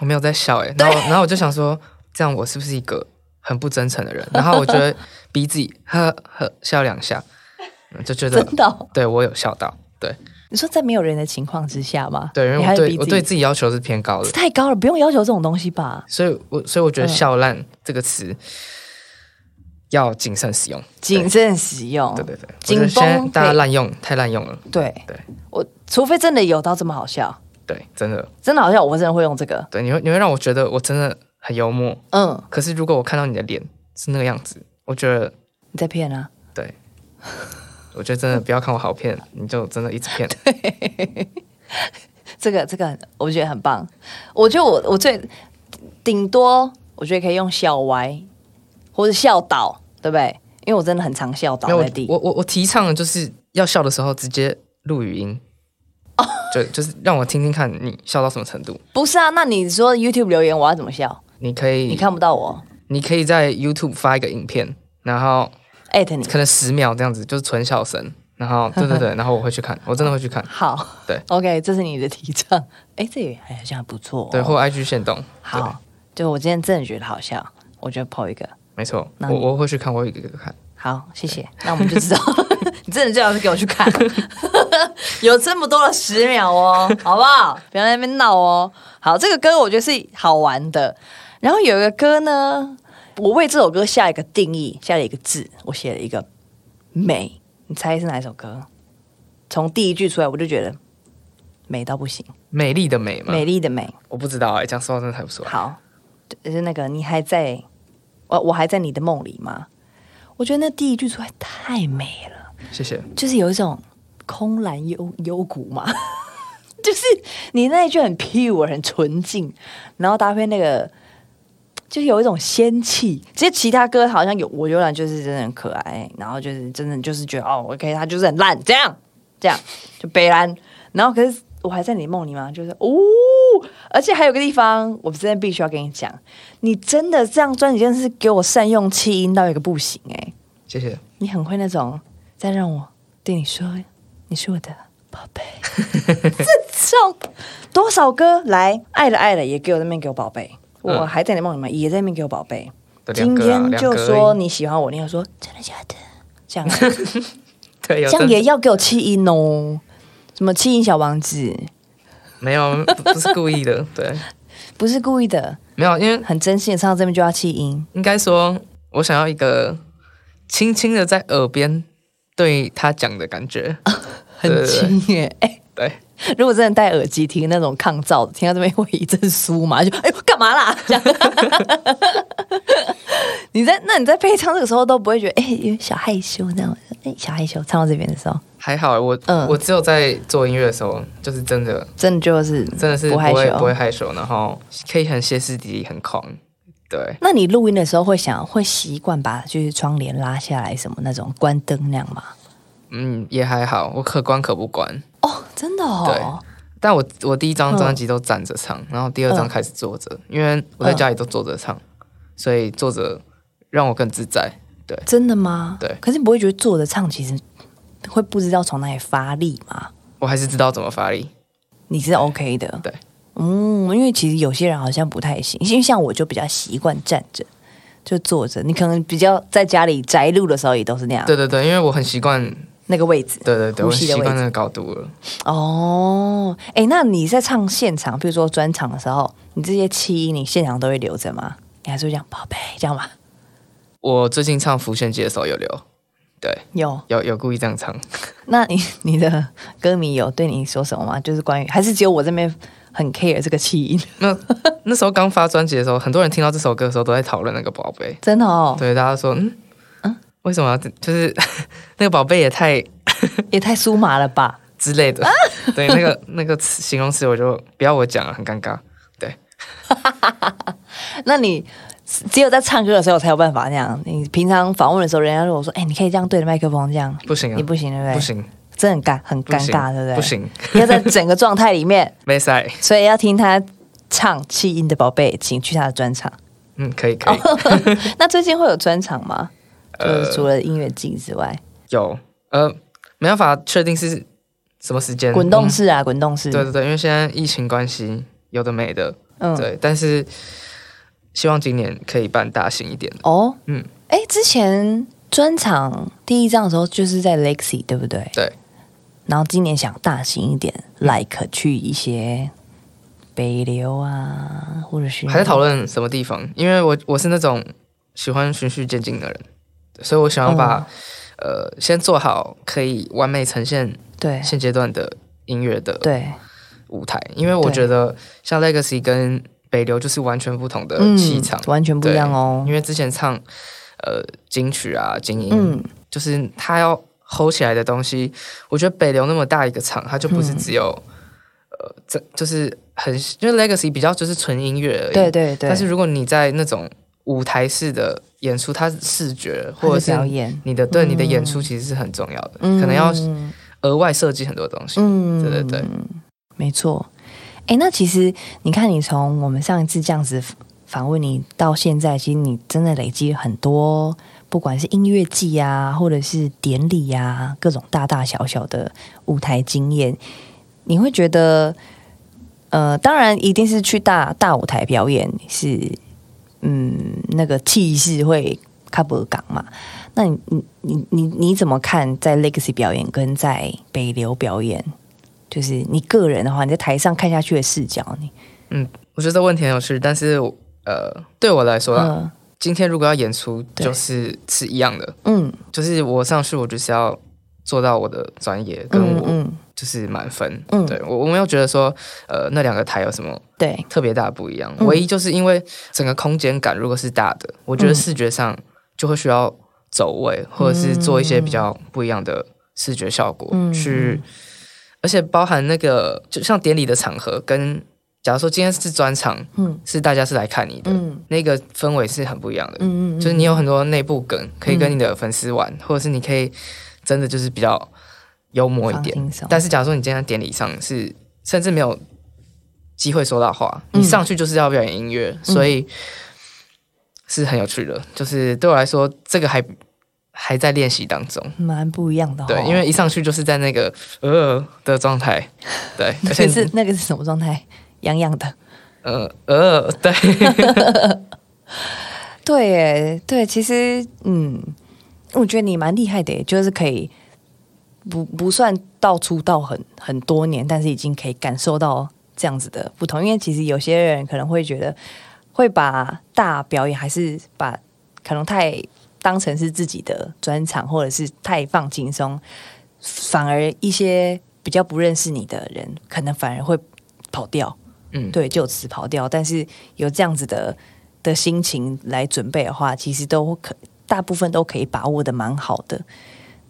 Speaker 1: 我没有在笑哎、欸，然后然后我就想说，这样我是不是一个很不真诚的人？然后我觉得逼自己呵呵笑两下，
Speaker 2: [LAUGHS]
Speaker 1: 嗯就觉得
Speaker 2: 真的哦、
Speaker 1: 对我有笑到，对
Speaker 2: 你说在没有人的情况之下吗？
Speaker 1: 对，因为
Speaker 2: 你
Speaker 1: 我
Speaker 2: 还
Speaker 1: 对
Speaker 2: 逼
Speaker 1: 我
Speaker 2: 自己
Speaker 1: 对自己要求是偏高的
Speaker 2: 这，太高了，不用要求这种东西吧？
Speaker 1: 所以我所以我觉得“
Speaker 2: 嗯
Speaker 1: 笑烂”这个词要谨慎使用，
Speaker 2: 谨慎使用，
Speaker 1: 对对对，
Speaker 2: 紧
Speaker 1: 我觉得现在
Speaker 2: 绷
Speaker 1: 大家
Speaker 2: 对
Speaker 1: 滥用太滥用了，
Speaker 2: 对
Speaker 1: 对
Speaker 2: 我除非真的有到这么好笑，
Speaker 1: 对，真的
Speaker 2: 真的好笑，我真的会用这个，
Speaker 1: 对，你会你会让我觉得我真的很幽默，
Speaker 2: 嗯，
Speaker 1: 可是如果我看到你的脸是那个样子，我觉得。
Speaker 2: 你在骗啊。
Speaker 1: 对， [LAUGHS] 我觉得真的不要看我好骗，你就真的
Speaker 2: [LAUGHS]
Speaker 1: 一直骗。
Speaker 2: 这个这个很，我觉得很棒。我觉得我我最顶多，我觉得可以用笑歪或者笑倒，对不对？因为我真的很常笑倒
Speaker 1: 没有
Speaker 2: 在地。
Speaker 1: 我我我提倡的就是要笑的时候直接录语
Speaker 2: [LAUGHS]
Speaker 1: 音，就就是让我听听看你笑到什么程度。
Speaker 2: 不是啊，那你说 YouTube 留言，我要怎么笑？
Speaker 1: 你可以，
Speaker 2: 你看不到我，
Speaker 1: 你可以在 YouTube 发一个影片，然后
Speaker 2: 艾特你。
Speaker 1: 可能十秒这样子，就是纯笑声。然后，对对
Speaker 2: [LAUGHS]
Speaker 1: 对，然后我会去看，我真的会去看，
Speaker 2: 好，
Speaker 1: 对
Speaker 2: ，OK，这是你的提倡。哎，这也好像不错、哦。
Speaker 1: 对，或 IG 限动，对，
Speaker 2: 好，就我今天真的觉得好笑，我就 po 一个。
Speaker 1: 没错，
Speaker 2: 那
Speaker 1: 我
Speaker 2: 你
Speaker 1: 我会去看，我会一个一个看，
Speaker 2: 好，谢谢。那我们就知道，你真的最好是给我去看， [LAUGHS] 有这么多的十秒哦，好不好？不要在那边闹哦。好，这个歌我觉得是好玩的。然后有一个歌呢，我为这首歌下一个定义，下了一个字，我写了一个美。你猜是哪一首歌？从第一句出来，我就觉得美到不行，
Speaker 1: 美丽的美吗？
Speaker 2: 美丽的美。
Speaker 1: 我不知道哎、讲实话真的猜不出来。
Speaker 2: 好，就是那个你还在，我我还在你的梦里吗？我觉得那第一句出来太美了，
Speaker 1: 谢谢。
Speaker 2: 就是有一种空兰幽幽谷嘛， [LAUGHS] 就是你那一句很 pure 很纯净，然后搭配那个。就是有一种仙气，其实其他歌好像有我有点就是真的很可爱，然后就是真的就是觉得哦，OK，他就是很烂，这样这样就北兰，然后可是我还在你梦里吗？就是哦，而且还有个地方，我真的必须要跟你讲，你真的这张专辑真的是给我善用气音到一个不行哎、
Speaker 1: 谢谢，
Speaker 2: 你很会那种再让我对你说你是我的宝贝，
Speaker 1: [LAUGHS]
Speaker 2: 这种多少歌来爱了爱了也给我那边给我宝贝，
Speaker 1: 嗯
Speaker 2: 我还在你梦里面也在那边给我宝贝，
Speaker 1: 的两
Speaker 2: 今
Speaker 1: 个啊
Speaker 2: 天
Speaker 1: 两
Speaker 2: 就
Speaker 1: 个而
Speaker 2: 说
Speaker 1: 已
Speaker 2: 你喜欢我，你要说真的假的，这样啊
Speaker 1: 对， [LAUGHS] 有
Speaker 2: 这样
Speaker 1: 正
Speaker 2: 也要给我气音哦，什么气音小王子
Speaker 1: 没有，不不是故意的， [LAUGHS] 对，
Speaker 2: 不是故意的，
Speaker 1: 没有，因为
Speaker 2: 很真心的唱到这边就要气音，
Speaker 1: 应该说，我想要一个轻轻的在耳边对他讲的感觉，
Speaker 2: [LAUGHS] 很轻耶，哎、
Speaker 1: 对，
Speaker 2: [LAUGHS] 如果真的戴耳机听那种抗噪的，听到这边会一阵酥麻，就哎呦干嘛啦？ [LAUGHS] 这样你在那你在配唱这个时候都不会觉得哎、有小害羞这样，哎、小害羞。唱到这边的时候，
Speaker 1: 还好我、
Speaker 2: 嗯
Speaker 1: 我只有在做音乐的时候，就是真的
Speaker 2: 真的就是
Speaker 1: 真的是
Speaker 2: 不
Speaker 1: 不
Speaker 2: 害
Speaker 1: 会
Speaker 2: 羞。
Speaker 1: 不会害羞，然后可以很歇斯底里，很狂，对，
Speaker 2: 那你录音的时候会想会习惯把就是窗帘拉下来什么那种关灯那样吗？
Speaker 1: 嗯，也还好，我可关可不关，
Speaker 2: 哦，真的哦，
Speaker 1: 但我我第一张专辑都站着
Speaker 2: 嗯
Speaker 1: 唱，然后第二张开始坐着，因为我在家里都坐着唱，所以坐着让我更自在。
Speaker 2: 真的吗？
Speaker 1: 对
Speaker 2: 可是你不会觉得坐着唱其实会不知道从哪里发力吗？
Speaker 1: 我还是知道怎么发力，
Speaker 2: 你是 OK 的，
Speaker 1: 对，
Speaker 2: 嗯，因为其实有些人好像不太行，因为像我就比较习惯站着，就坐着，你可能比较在家里宅录的时候也都是那样，
Speaker 1: 对对对，因为我很习惯，
Speaker 2: 那个位置。
Speaker 1: 对对对，
Speaker 2: 呼
Speaker 1: 我
Speaker 2: 吸
Speaker 1: 习
Speaker 2: 的位置
Speaker 1: 惯那个高度了。
Speaker 2: 哦，哎，那你在唱现场，比如说专场的时候，你这些气音你现场都会留着吗？你还是会这样，宝贝，这样吗？
Speaker 1: 我最近唱《浮现记》的时候有留，对，
Speaker 2: 有，
Speaker 1: 有有故意这样唱，
Speaker 2: 那你你的歌迷有对你说什么吗？就是关于，还是只有我这边很 care 这个气音？
Speaker 1: 那 [LAUGHS] 那时候刚发专辑的时候，很多人听到这首歌的时候都在讨论那个宝贝，
Speaker 2: 真的哦，
Speaker 1: 对，大家说，嗯为什么要就是那个宝贝也太
Speaker 2: 也太酥麻了吧？
Speaker 1: 之类的，[LAUGHS]
Speaker 2: 嗯
Speaker 1: 对，那个那个词形容词我就不要我讲了，很尴尬。对，
Speaker 2: 那你只有在唱歌的时候才有办法那样。你平常访问的时候，人家如果说：“哎、你可以这样对着麦克风这样。”
Speaker 1: 不行啊，
Speaker 2: 你不行，对不对？
Speaker 1: 不，行，
Speaker 2: 这很尴很
Speaker 1: 不
Speaker 2: 尴
Speaker 1: 行
Speaker 2: 尬，对不对？
Speaker 1: 不，行，
Speaker 2: 要在整个状态里面，
Speaker 1: 没赛。
Speaker 2: 所以要听他唱气音的宝贝，请去他的
Speaker 1: [LAUGHS]
Speaker 2: 专场。
Speaker 1: 嗯，可以可以，
Speaker 2: 哦那最近会有专场吗？就是
Speaker 1: 呃
Speaker 2: 除了音乐季之外，
Speaker 1: 有呃，没办法确定是什么时间。
Speaker 2: 滚动
Speaker 1: 嗯
Speaker 2: 式啊，滚动式，
Speaker 1: 对对对，因为现在疫情关系，有的没的，
Speaker 2: 嗯，
Speaker 1: 对，但是希望今年可以办大型一点的。
Speaker 2: 哦，嗯
Speaker 1: 嗯，
Speaker 2: 哎，之前专场第一张的时候就是在 Lexi，对不对？
Speaker 1: 对。嗯
Speaker 2: 然后今年想大型一点，like 去一些北流啊，或者是
Speaker 1: 还在讨论什么地方，因为我我是那种喜欢循序渐进的人，所以我想要把、
Speaker 2: 哦
Speaker 1: 呃先做好可以完美呈现
Speaker 2: 对
Speaker 1: 现阶段的音乐的
Speaker 2: 对
Speaker 1: 舞台，因为我觉得像 Legacy 跟北流就是完全不同的
Speaker 2: 嗯
Speaker 1: 呃气场，
Speaker 2: 完全不一样哦
Speaker 1: 因。为之前唱呃金曲啊、金音，
Speaker 2: 嗯，
Speaker 1: 就是他要 hold 起来的东西，我觉得北流那么大一个场，它就不
Speaker 2: 嗯
Speaker 1: 是只有、呃这就是很因为 Legacy 比较就是纯音乐而已，
Speaker 2: 对对对，
Speaker 1: 但是如果你在那种舞台式的演出，它是视觉
Speaker 2: 它是
Speaker 1: 或者
Speaker 2: 表
Speaker 1: 是
Speaker 2: 演，嗯
Speaker 1: 你的对你的演出其实是很重要的，可能要额外设计很多东西。
Speaker 2: 嗯
Speaker 1: 对对对，
Speaker 2: 没错。哎，那其实你看，你从我们上一次这样子访问你到现在，其实你真的累积了很多，不管是音乐季啊，或者是典礼啊，各种大大小小的舞台经验，你会觉得，呃，当然一定是去大大舞台表演是，嗯，那个气势会 cover 港嘛。那你你你你你怎么看在 Legacy 表演跟在北流表演？就是你个人的话，你在台上看下去的视角，你
Speaker 1: 我觉得这问题很有趣，但是我呃，对我来说啊、
Speaker 2: 嗯
Speaker 1: 今天如果要演出，
Speaker 2: 对
Speaker 1: 就是是一样的，
Speaker 2: 嗯
Speaker 1: 就是我上去我就是要做到我的专业，跟
Speaker 2: 嗯
Speaker 1: 我
Speaker 2: 嗯，
Speaker 1: 就是满分。
Speaker 2: 嗯
Speaker 1: 对我我没有觉得说呃那两个台有什么
Speaker 2: 对，
Speaker 1: 特别大的不一样，
Speaker 2: 嗯
Speaker 1: 唯一就是因为整个空间感如果是大的，我
Speaker 2: 嗯
Speaker 1: 觉得视觉上就会需要走位，或者是做一些比较不一样的视觉效果、
Speaker 2: 嗯
Speaker 1: 去，而且包含那个就像典礼的场合跟。假如说今天是专场，
Speaker 2: 嗯
Speaker 1: 是大家是来看你的，
Speaker 2: 嗯
Speaker 1: 那个氛围是很不一样的。
Speaker 2: 嗯嗯，嗯
Speaker 1: 就是你有很多内部梗可以跟你的粉丝玩，或者是你可以真的就是比较幽默一点。
Speaker 2: 放轻松
Speaker 1: 但是假如说你今天在典礼上是甚至没有机会说到话，
Speaker 2: 嗯
Speaker 1: 你上去就是要表演音乐，所以是很有趣的。就是对我来说，这个还还在练习当中。
Speaker 2: 蛮不一样的、哦。
Speaker 1: 对，因为一上去就是在那个呃的状
Speaker 2: [LAUGHS]
Speaker 1: 态，对，而且
Speaker 2: 可是 [LAUGHS] 那个是什么状态？痒痒的。
Speaker 1: 呃呃，对，
Speaker 2: 对耶，对，其实嗯，我觉得你蛮厉害的耶，就是可以不不算到出道很很多年，但是已经可以感受到这样子的不同。因为其实有些人可能会觉得会把大表演还是把可能太当成是自己的专场，或者是太放轻松，反而一些比较不认识你的人，可能反而会跑掉。
Speaker 1: 嗯
Speaker 2: 对，就此跑掉。但是有这样子的的心情来准备的话，其实都可大部分都可以把握的蛮好的。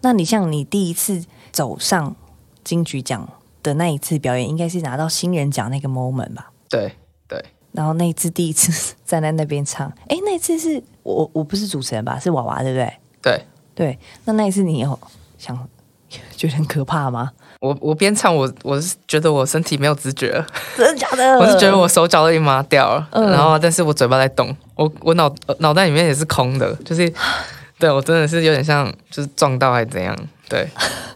Speaker 2: 那你像你第一次走上金曲奖的那一次表演，应该是拿到新人奖那个 moment 吧？
Speaker 1: 对对，
Speaker 2: 然后那一次第一次站在那边唱， [LAUGHS] 哎，那一次是我我不是主持人吧？是娃娃对不对？
Speaker 1: 对
Speaker 2: 对，那那一次你有想 [LAUGHS] 觉得很可怕吗？
Speaker 1: 我我边唱我我是觉得我身体没有知觉了。
Speaker 2: [LAUGHS] 真的假的？
Speaker 1: 我是觉得我手脚都已经麻掉了，
Speaker 2: 嗯
Speaker 1: 然后但是我嘴巴在动，我我脑呃脑袋里面也是空的，就是
Speaker 2: [LAUGHS]
Speaker 1: 对我真的是有点像就是撞到还是怎样，
Speaker 2: [LAUGHS]
Speaker 1: 对，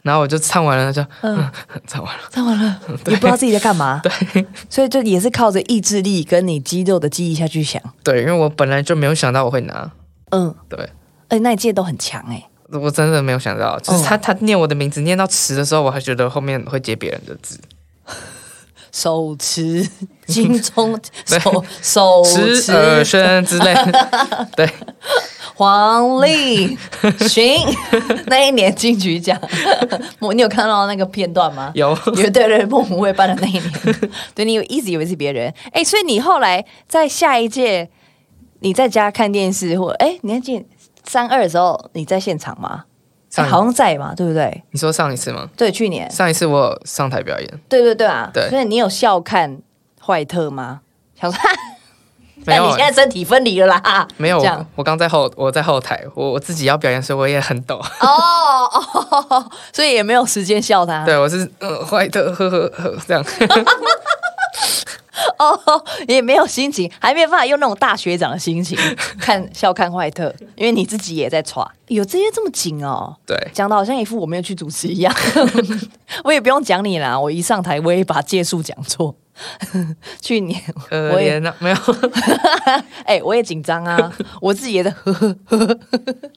Speaker 1: 然后我就唱完了就、嗯、 [LAUGHS] 唱完了，
Speaker 2: 唱
Speaker 1: [LAUGHS]
Speaker 2: 完了，也不知道自己在干嘛，对，所以就也是靠着意志力跟你肌肉的记忆下去想，
Speaker 1: 对，因为我本来就没有想到我会拿，
Speaker 2: 嗯，
Speaker 1: 对
Speaker 2: 而且那一届都很强哎、
Speaker 1: 我真的没有想到，
Speaker 2: 哦
Speaker 1: 就是他、他念我的名字念到词的时候，我还觉得后面会接别人的字，
Speaker 2: 手持金 [LAUGHS] 钟手手
Speaker 1: 词耳
Speaker 2: 持
Speaker 1: 声之类
Speaker 2: [LAUGHS]
Speaker 1: 的，对
Speaker 2: 黄立行， [LAUGHS] 那一年金曲 [LAUGHS] 奖，我你有看到那个片段 [LAUGHS] 吗？
Speaker 1: 有。
Speaker 2: 因为对对，孟母未办的那一年， [LAUGHS] 对你有一直以为是别人，哎、所以你后来在下一届你在家看电视或哎、你那届三二的时候你在现场吗？哎
Speaker 1: [LAUGHS] 上一
Speaker 2: 好像在嘛，对不对？
Speaker 1: 你说上一次吗？
Speaker 2: 对，去年，
Speaker 1: 上一次我有上台表演，
Speaker 2: 对对对啊，
Speaker 1: 对
Speaker 2: 所以你有笑看坏特吗？想说，哈
Speaker 1: 没
Speaker 2: 但
Speaker 1: 有啊
Speaker 2: 你现在身体分离了啦，
Speaker 1: 没有 [LAUGHS]
Speaker 2: 这样，
Speaker 1: 我刚在后，我在后台，我我自己要表演，所以我也很抖。
Speaker 2: 哦哦，所以也没有时间笑他，
Speaker 1: 对，我是呃坏的，呵呵呵，这
Speaker 2: [LAUGHS]
Speaker 1: 样。
Speaker 2: 哦，也没有心情，还没有办法用那种大学长
Speaker 1: [LAUGHS]
Speaker 2: 的心情看笑看坏特，因为你自己也在耍，有这些这么紧哦。
Speaker 1: 对，
Speaker 2: 讲的好像一副我没有去主
Speaker 1: [LAUGHS]
Speaker 2: 持一样，我也不用讲你啦，我一上台我也把届数讲
Speaker 1: [LAUGHS]
Speaker 2: 错。去年
Speaker 1: 可
Speaker 2: 我也 [LAUGHS]
Speaker 1: 怜啊，没有， [LAUGHS]
Speaker 2: 哎、我也紧张啊，我自己也在呵呵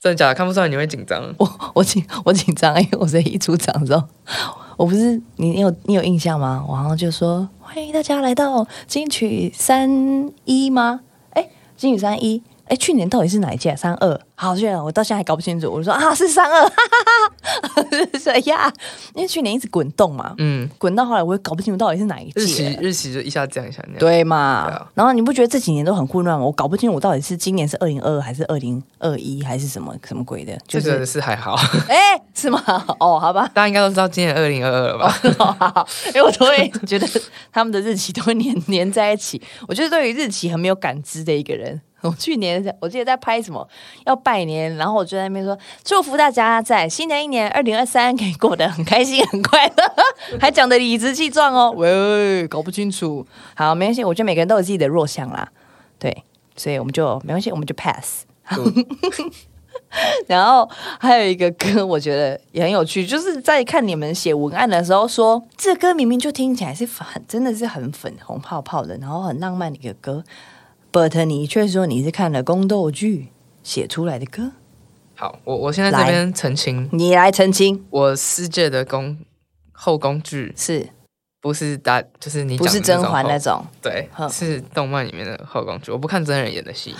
Speaker 1: 真的假的？看不出来你会紧张。
Speaker 2: 我我紧我紧张，因为我在一出场的时候，我不是你你有你有印象吗？我好像就说欢迎大家来到金曲三一吗？哎，金曲三一，哎，去年到底是哪一届啊？三二？好，去年我到现在还搞不清楚。我说啊，是三二，哈 [LAUGHS] 哈哈哈，是呀，因为去年一直滚动嘛，
Speaker 1: 嗯，
Speaker 2: 滚到后来我也搞不清楚到底是哪一
Speaker 1: 日期
Speaker 2: 届。
Speaker 1: 日期就一下这样一下那样。，
Speaker 2: 对嘛？
Speaker 1: 对啊
Speaker 2: 然后你不觉得这几年都很混乱吗？我搞不清楚我到底是今年是二零二二还是二零二一还是什么什么鬼的，就
Speaker 1: 这
Speaker 2: 是
Speaker 1: 个是还好， [LAUGHS]
Speaker 2: 哎、是吗？ [LAUGHS] 哦，好吧，
Speaker 1: 大家应该都知道今年二零二二了吧？
Speaker 2: 好好好，因为我都会觉得他们的日期都会粘粘在一起。我就是对于日期很没有感知的一个人。 [LAUGHS] 我去年我记得在拍什么要拜年，然后我就在那边说祝福大家在新的一年二零二三可以过得很开心、很快乐， [LAUGHS] 还讲的理直气壮哦。喂，搞不清楚。好，没关系，我觉得每个人都有自己的弱项啦。对，所以我们就没关系，我们就 pass。然后还有一个歌，我觉得也很有趣，就是在看你们写文案的时候说，这歌明明就听起来是很真的是很粉红泡泡的，然后很浪漫的一个歌，but 你却说你是看了宫斗剧写出来的歌，
Speaker 1: 好，我我现在这边澄清，
Speaker 2: 你来澄清，
Speaker 1: 我世界的宫后宫剧
Speaker 2: 是
Speaker 1: 不是大，就是你
Speaker 2: 不是
Speaker 1: 讲的哦
Speaker 2: 甄嬛那
Speaker 1: 后
Speaker 2: 种？
Speaker 1: 对
Speaker 2: 哼，
Speaker 1: 是动漫里面的后宫剧。我不看真人演的戏，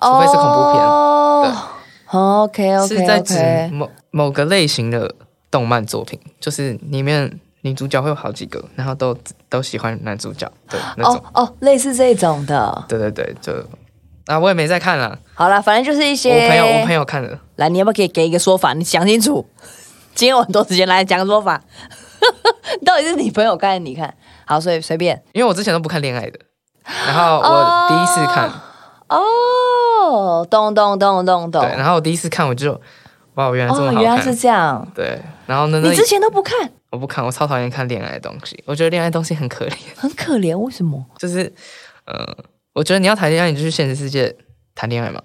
Speaker 1: 除非是恐怖片
Speaker 2: 哦 OK OK
Speaker 1: 是在指
Speaker 2: OK，
Speaker 1: 某某个类型的动漫作品，就是里面。女主角会有好几个，然后都都喜欢男主角的那种。
Speaker 2: 哦哦，类似这种的。
Speaker 1: 对对对，就啊，我也没在看啦。
Speaker 2: 好了，反正就是一些
Speaker 1: 我朋友我朋友看的，
Speaker 2: 来，你要不要给给一个说法？你讲清楚。 [LAUGHS] 今天我很多时间来讲个说法， [LAUGHS] 到底是你朋友看还是你看？好，所以随便
Speaker 1: 因为我之前都不看恋爱的，然后我第一次看，
Speaker 2: 哦，懂懂懂懂懂
Speaker 1: 对，。然后我第一次看我就哇，原来这么
Speaker 2: 哦，
Speaker 1: 好看。
Speaker 2: 原来是这样，
Speaker 1: 对，然后呢，那
Speaker 2: 你之前都不看，
Speaker 1: 我不看，我超讨厌看恋爱的东西，我觉得恋爱的东西很可怜，
Speaker 2: 很可怜，为什么？
Speaker 1: 就是呃，我觉得你要谈恋爱，你就去现实世界谈恋爱嘛，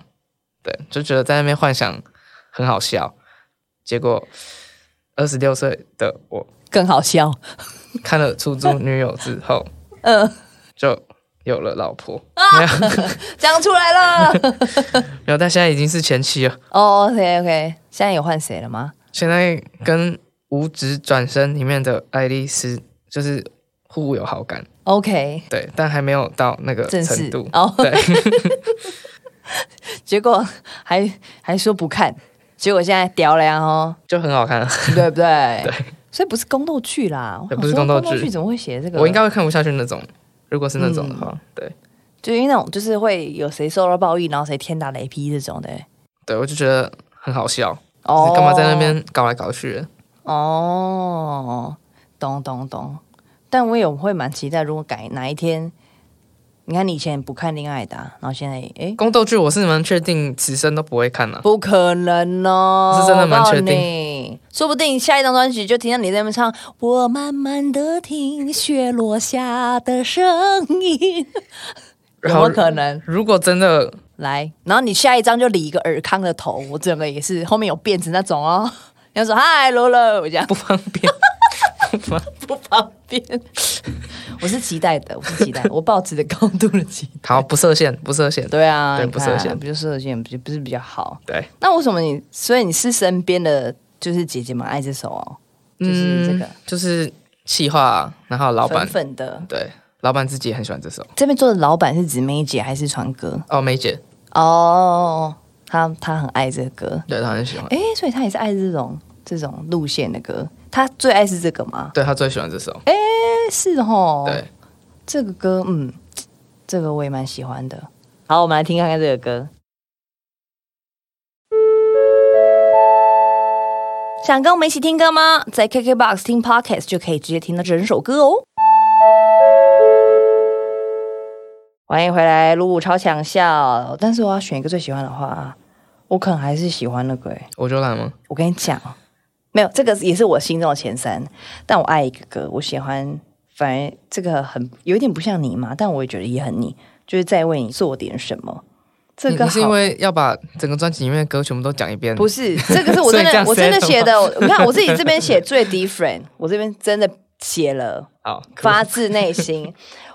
Speaker 1: 对，就觉得在那边幻想很好笑，结果二十六岁的我
Speaker 2: 更
Speaker 1: [LAUGHS]
Speaker 2: 好笑。
Speaker 1: 看了《出租女友》之后
Speaker 2: 嗯，啊
Speaker 1: 就有了老婆，
Speaker 2: 讲出来了。 [LAUGHS]
Speaker 1: 然后但现在已经是前妻了，
Speaker 2: 哦、o k OK，现在有换谁了吗？
Speaker 1: 现在跟《无职转身》里面的爱丽丝就是互有好感，
Speaker 2: OK，
Speaker 1: 对，但还没有到那个
Speaker 2: 正式
Speaker 1: 程度，
Speaker 2: 哦 [LAUGHS]
Speaker 1: 对。 [LAUGHS]
Speaker 2: 结果还还说不看，结果现在屌了呀哦，
Speaker 1: 就很好看，啊 [LAUGHS]
Speaker 2: 对不对？
Speaker 1: 对，
Speaker 2: 所以不是宫斗剧啦，我
Speaker 1: 对
Speaker 2: 想
Speaker 1: 不是
Speaker 2: 说
Speaker 1: 宫斗剧
Speaker 2: 剧，怎么会写这个？
Speaker 1: 我应该会看不下去那种。如果是那种的话，
Speaker 2: 嗯
Speaker 1: 对
Speaker 2: 就因为那种就是会有谁受到暴力，然后谁天打雷劈这种的。
Speaker 1: 对，我就觉得很好笑，
Speaker 2: 哦
Speaker 1: [LAUGHS] 就是干嘛在那？边搞来搞去的？
Speaker 2: 哦，懂懂懂。但我也会蛮期待，如果改哪一天，你看你以前不看恋爱的啊、然后现在哎、诶
Speaker 1: 宫斗剧我是蛮确定，此生都不会看了。
Speaker 2: 不可能哦！
Speaker 1: 是真的蛮确定
Speaker 2: 我告诉你，说不定下一张专辑就听到你在那边唱“我慢慢的听雪落下的声
Speaker 1: [LAUGHS]
Speaker 2: 音”，有
Speaker 1: 然
Speaker 2: 没
Speaker 1: 后
Speaker 2: 有可能？
Speaker 1: 如果真的
Speaker 2: 来，然后你下一张就理一个尔康的头，我整个也是后面有辫子那种哦。 [LAUGHS] 你要说嗨罗罗，我这样
Speaker 1: 不方便，不方
Speaker 2: 不方便。 [LAUGHS] 我是期待的，我是期待，我抱持着高度的期待。
Speaker 1: 好不设限，不设限。
Speaker 2: 对
Speaker 1: [LAUGHS]
Speaker 2: 啊，
Speaker 1: 对
Speaker 2: 你
Speaker 1: 不
Speaker 2: 看啊
Speaker 1: 设限
Speaker 2: 不就射线，不就不是比较好？
Speaker 1: 对，
Speaker 2: 那为什么你？所以你是身边的就是姐姐们爱这首哦，就是这个、
Speaker 1: 嗯就是企划，然后老板
Speaker 2: 粉粉的。
Speaker 1: 对，老板自己也很喜欢这首。
Speaker 2: 这边做的老板是姊妹姐还是传哥？
Speaker 1: 哦，梅姐，
Speaker 2: 哦，他他很爱这个歌，
Speaker 1: 对她很喜欢，
Speaker 2: 哎，所以他也是爱这种这种路线的歌。他最爱是这个吗？
Speaker 1: 对她最喜欢这首。
Speaker 2: 哎，是哦，
Speaker 1: 对，
Speaker 2: 这个歌，嗯，这个我也蛮喜欢的。好，我们来听看看这个歌。想跟我们一起听歌吗？在 KKBOX 听 Podcast 就可以直接听到整首歌哦。欢迎回来，鲁鲁超强笑。但是我要选一个最喜欢的话，我可能还是喜欢那个、欸。
Speaker 1: 我就来吗？
Speaker 2: 我跟你讲，没有这个也是我心中的前三，但我爱一个歌，我喜欢，反而这个很有一点不像你嘛，但我也觉得也很你，就是在为你做点什么。这
Speaker 1: 你
Speaker 2: 个
Speaker 1: 你是因
Speaker 2: 好。
Speaker 1: 为要把整个专辑里面的歌全部都讲一遍？
Speaker 2: 不是，这个是我
Speaker 1: [LAUGHS] 所
Speaker 2: 真
Speaker 1: 以这
Speaker 2: 的，
Speaker 1: 样
Speaker 2: 我真的
Speaker 1: settle
Speaker 2: 写的。我你看我自己这边写最 different，我这边真的写了
Speaker 1: 好，可以
Speaker 2: 发自内心。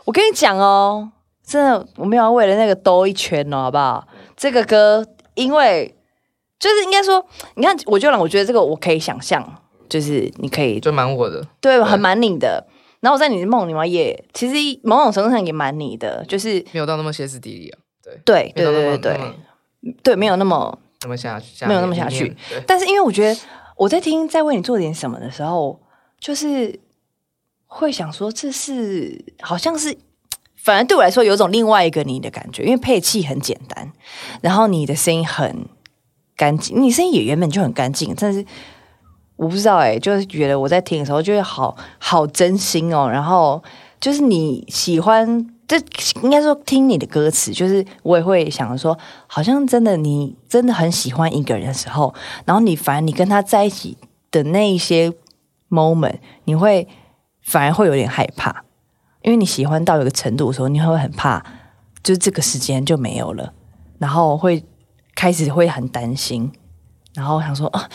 Speaker 2: 我跟你讲哦，真的，我们要为了那个兜一圈哦，好不好？这个歌，因为就是应该说，你看，我就让我觉得这个我可以想象，就是你可以
Speaker 1: 就蛮我的。
Speaker 2: 对，很蛮你的。然后我在你的梦里面也，其实某种程度上也蛮你的，就是
Speaker 1: 没有到那么歇斯底里啊。对，
Speaker 2: 对
Speaker 1: 没
Speaker 2: 对
Speaker 1: 有到那
Speaker 2: 对对
Speaker 1: 么嗯那
Speaker 2: 对
Speaker 1: 么
Speaker 2: 对，没有那么
Speaker 1: 那么下去，
Speaker 2: 没有那么下
Speaker 1: 面
Speaker 2: 去
Speaker 1: 面对
Speaker 2: 但是因为我觉得我在听在为你做点什么的时候，就是会想说这是好像是，反而对我来说有种另外一个你的感觉，因为配器很简单，然后你的声音很干净，你声音也原本就很干净，但是我不知道哎、就是觉得我在听的时候就会好好真心哦，然后就是你喜欢。这应该说听你的歌词，就是我也会想说，好像真的你真的很喜欢一个人的时候，然后你反而你跟他在一起的那一些 moment，你会反而会有点害怕，因为你喜欢到一个程度的时候，你会很怕，就是这个时间就没有了，然后会开始会很担心，然后想说啊，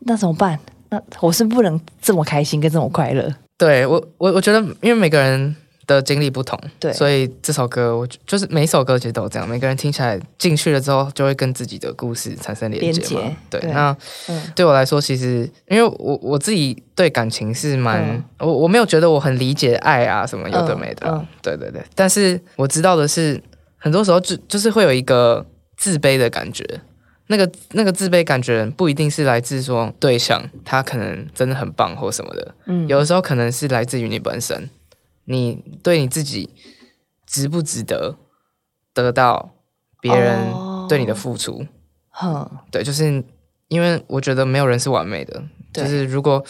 Speaker 2: 那怎么办？那我是不能这么开心跟这么快乐，
Speaker 1: 对我我我觉得，因为每个人的经历不同，
Speaker 2: 对
Speaker 1: 所以这首歌我就就是每一首歌其实都有这样，每个人听起来进去了之后，就会跟自己的故事产生连接嘛。
Speaker 2: 连接
Speaker 1: 对，
Speaker 2: 对
Speaker 1: 那
Speaker 2: 嗯
Speaker 1: 对我来说，其实因为我我自己对感情是蛮、
Speaker 2: 嗯
Speaker 1: 我我没有觉得我很理解爱啊什么有的没的啊、
Speaker 2: 嗯嗯
Speaker 1: 对对对。但是我知道的是，很多时候就就是会有一个自卑的感觉，那个那个自卑感觉不一定是来自说对象他可能真的很棒或什么的，
Speaker 2: 嗯
Speaker 1: 有的时候可能是来自于你本身，你对你自己值不值得得到别人
Speaker 2: 哦
Speaker 1: 对你的付出。
Speaker 2: 哼，
Speaker 1: 对，就是因为我觉得没有人是完美的，
Speaker 2: 对
Speaker 1: 就是如果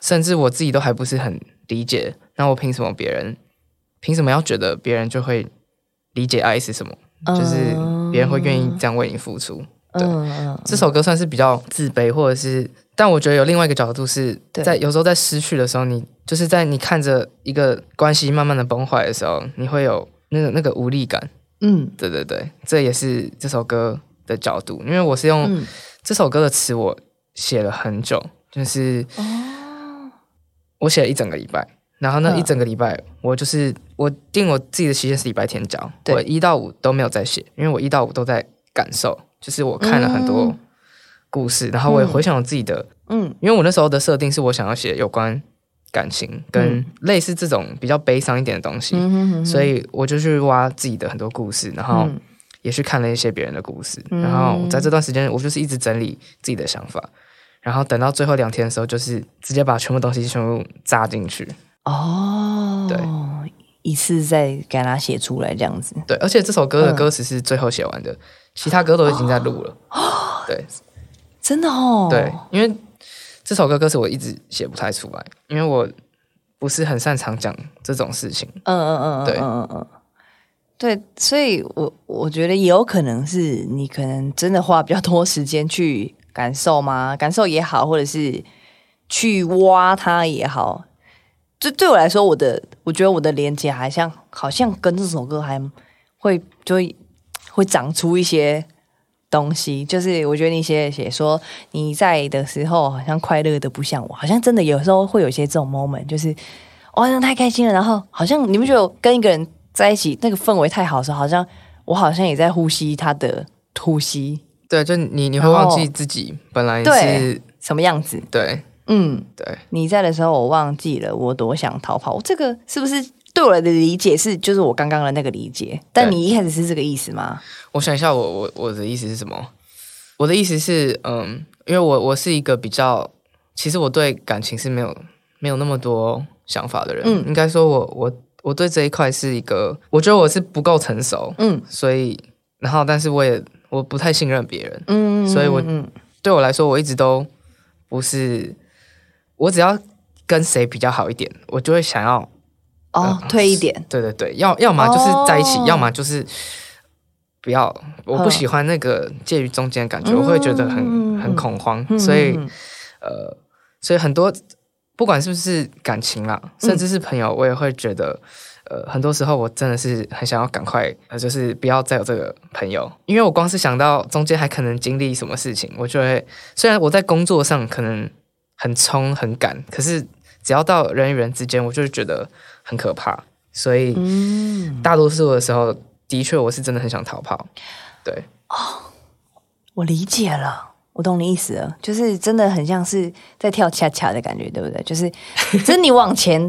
Speaker 1: 甚至我自己都还不是很理解，那我凭什么别人凭什么要觉得别人就会理解爱是什么？就是别人会愿
Speaker 2: 哦
Speaker 1: 意这样为你付出。对
Speaker 2: 嗯嗯
Speaker 1: 这首歌算是比较自卑，或者是，但我觉得有另外一个角度是
Speaker 2: 对
Speaker 1: 在有时候在失去的时候，你就是在你看着一个关系慢慢的崩坏的时候，你会有那个那个无力感。
Speaker 2: 嗯
Speaker 1: 对对对，这也是这首歌的角度，因为我是用、
Speaker 2: 嗯
Speaker 1: 这首歌的词我写了很久，就是
Speaker 2: 哦
Speaker 1: 我写了一整个礼拜，然后那
Speaker 2: 嗯
Speaker 1: 一整个礼拜我就是我定我自己的期限是礼拜天交，
Speaker 2: 对
Speaker 1: 我一到五都没有在写，因为我一到五都在感受，就是我看了很多
Speaker 2: 嗯
Speaker 1: 故事，然后我也回想我自己的，
Speaker 2: 嗯
Speaker 1: 因为我那时候的设定是我想要写有关感情跟类似这种比较悲伤一点的东西，
Speaker 2: 嗯哼哼，
Speaker 1: 所以我就去挖自己的很多故事，然后
Speaker 2: 嗯
Speaker 1: 也去看了一些别人的故事，然后在这段时间，我就是一直整理自己的想法，然后等到最后两天的时候，就是直接把全部东西全部扎进去。
Speaker 2: 哦，对，一次再给他写出来这样子，
Speaker 1: 对，而且这首歌
Speaker 2: 嗯
Speaker 1: 的歌词是最后写完的，其他歌都已经在录了。对
Speaker 2: 真的哦，
Speaker 1: 对，因为这首歌歌词我一直写不太出来，因为我不是很擅长讲这种事情。
Speaker 2: 嗯嗯嗯，嗯
Speaker 1: 对
Speaker 2: 嗯嗯嗯，对，所以我我觉得也有可能是你可能真的花比较多时间去感受吗？感受也好，或者是去挖它也好。就对我来说，我的我觉得我的连接还像好像跟这首歌还会就会会长出一些东西。就是我觉得你写写说你在的时候好像快乐的不像我，好像真的有时候会有一些这种 moment，就是哇，那太开心了。然后好像你不觉得我跟一个人在一起那个氛围太好的时候，好像我好像也在呼吸他的呼吸
Speaker 1: 对，就你你会
Speaker 2: 然后
Speaker 1: 忘记自己本来
Speaker 2: 对
Speaker 1: 是
Speaker 2: 什么样子？
Speaker 1: 对
Speaker 2: 嗯，
Speaker 1: 对
Speaker 2: 你在的时候我忘记了我多想逃跑。这个是不是对我的理解是就是我刚刚的那个理解？但
Speaker 1: 对
Speaker 2: 你一开始是这个意思吗？
Speaker 1: 我想一下我，我我的意思是什么？我的意思是，嗯，因为我我是一个比较，其实我对感情是没有没有那么多想法的人。
Speaker 2: 嗯
Speaker 1: 应该说我我我对这一块是一个，我觉得我是不够成熟，
Speaker 2: 嗯
Speaker 1: 所以然后但是我也我不太信任别人，
Speaker 2: 嗯，
Speaker 1: 所以我
Speaker 2: 嗯
Speaker 1: 对我来说，我一直都不是，我只要跟谁比较好一点，我就会想要呃
Speaker 2: 哦退一点，
Speaker 1: 对对对，要要么就是在一起，
Speaker 2: 哦
Speaker 1: 要么就是不要。我不
Speaker 2: 嗯
Speaker 1: 喜欢那个介于中间的感觉，我会觉得很
Speaker 2: 嗯
Speaker 1: 很恐慌。
Speaker 2: 嗯
Speaker 1: 所以
Speaker 2: 嗯
Speaker 1: 呃，所以很多不管是不是感情啦，甚至是朋友，我也会觉得。呃，很多时候我真的是很想要赶快，呃，就是不要再有这个朋友，因为我光是想到中间还可能经历什么事情，我就会虽然我在工作上可能很冲很赶，可是只要到人与人之间，我就会觉得很可怕。所以，
Speaker 2: 嗯
Speaker 1: 大多数的时候，的确我是真的很想逃跑。对，
Speaker 2: 我理解了。我懂你意思了，就是真的很像是在跳恰恰的感觉，对不
Speaker 1: [LAUGHS]
Speaker 2: 对？就是，只是你往前，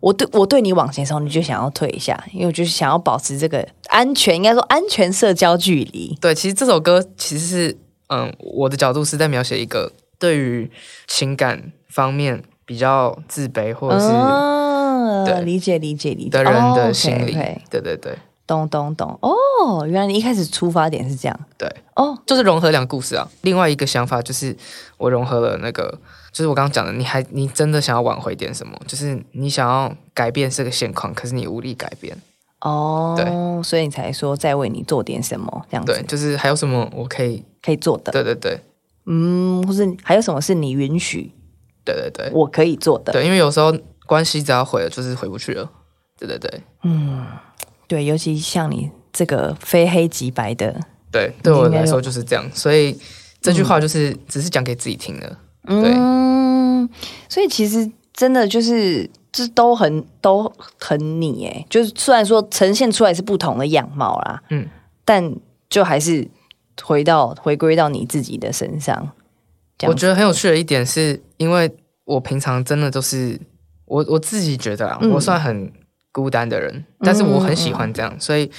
Speaker 2: 我对我对你往前的时候，你就想要退一下，因为我就是想要保持这个安全，应该说安全社交距离。
Speaker 1: 对，其实这首歌其实是，嗯，我的角度是在描写一个对于情感方面比较自卑或者
Speaker 2: 哦
Speaker 1: 是对
Speaker 2: 嗯，理解理解理解
Speaker 1: 的人的心理。
Speaker 2: 哦，OK，OK，
Speaker 1: 对对对
Speaker 2: 懂懂懂。哦，原来你一开始出发点是这样。
Speaker 1: 对，
Speaker 2: 哦，
Speaker 1: 就是融合两个故事啊。另外一个想法就是，我融合了那个，就是我刚刚讲的，你还你真的想要挽回点什么，就是你想要改变这个现况，可是你无力改变。
Speaker 2: 哦，所以你才说再为你做点什么，这样
Speaker 1: 对，
Speaker 2: 子
Speaker 1: 就是还有什么我可以？
Speaker 2: 可以做的。
Speaker 1: 对对对
Speaker 2: 嗯，或是还有什么是你允许
Speaker 1: 对对对。
Speaker 2: 我可以做的？
Speaker 1: 对，因为有时候关系只要毁了，就是回不去了。对对对
Speaker 2: 对，尤其像你这个非黑即白的，
Speaker 1: 对，对我来说就是这样，所以这句话就是只是讲给自己听的。对
Speaker 2: 嗯，所以其实真的就是这都很都很你哎，就是虽然说呈现出来是不同的样貌啦，
Speaker 1: 嗯，
Speaker 2: 但就还是回到回归到你自己的身上。这
Speaker 1: 我
Speaker 2: 样子
Speaker 1: 觉得很有趣的一点是，因为我平常真的都是我我自己觉得啊，
Speaker 2: 嗯
Speaker 1: 我算很孤单的人，但是我很喜欢这样，所以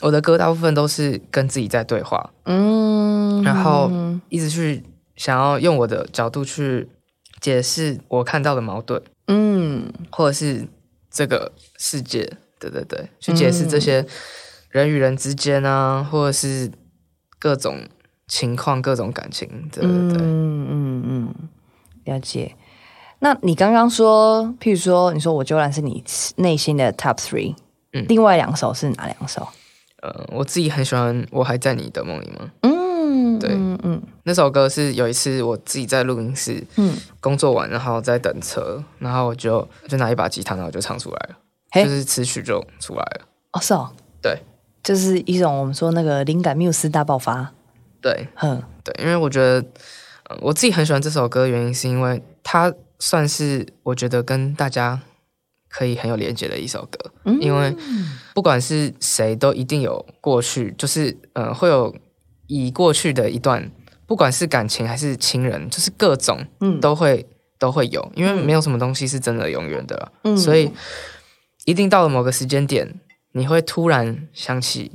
Speaker 1: 我的歌大部分都是跟自己在对话，
Speaker 2: 嗯，
Speaker 1: 然后一直去想要用我的角度去解释我看到的矛盾，
Speaker 2: 嗯
Speaker 1: 或者是这个世界，对对对，去解释这些人与人之间啊，或者是各种情况、各种感情，对对对。
Speaker 2: 嗯嗯嗯，了解。那你刚刚说，譬如说，你说我纠然是你内心的 top three，
Speaker 1: 嗯
Speaker 2: 另外两首是哪两首？
Speaker 1: 呃，我自己很喜欢《我还在你的梦里吗》
Speaker 2: 嗯，
Speaker 1: 对
Speaker 2: 嗯嗯
Speaker 1: 那首歌是有一次我自己在录音室
Speaker 2: 嗯，
Speaker 1: 工作完，然后在等车，然后我就就拿一把吉他，然后就唱出来了，
Speaker 2: 嘿
Speaker 1: 就是词曲就出来了。
Speaker 2: 哦是哦，
Speaker 1: 对
Speaker 2: 就是一种我们说那个灵感缪斯大爆发，
Speaker 1: 对
Speaker 2: 哼，
Speaker 1: 对，因为我觉得、呃我自己很喜欢这首歌，原因是因为它算是我觉得跟大家可以很有连接的一首歌，
Speaker 2: 嗯
Speaker 1: 因为不管是谁都一定有过去，就是呃会有以过去的一段，不管是感情还是亲人，就是各种
Speaker 2: 嗯
Speaker 1: 都会、都会有，因为没有什么东西是真的永远的了，
Speaker 2: 嗯
Speaker 1: 所以一定到了某个时间点，你会突然想起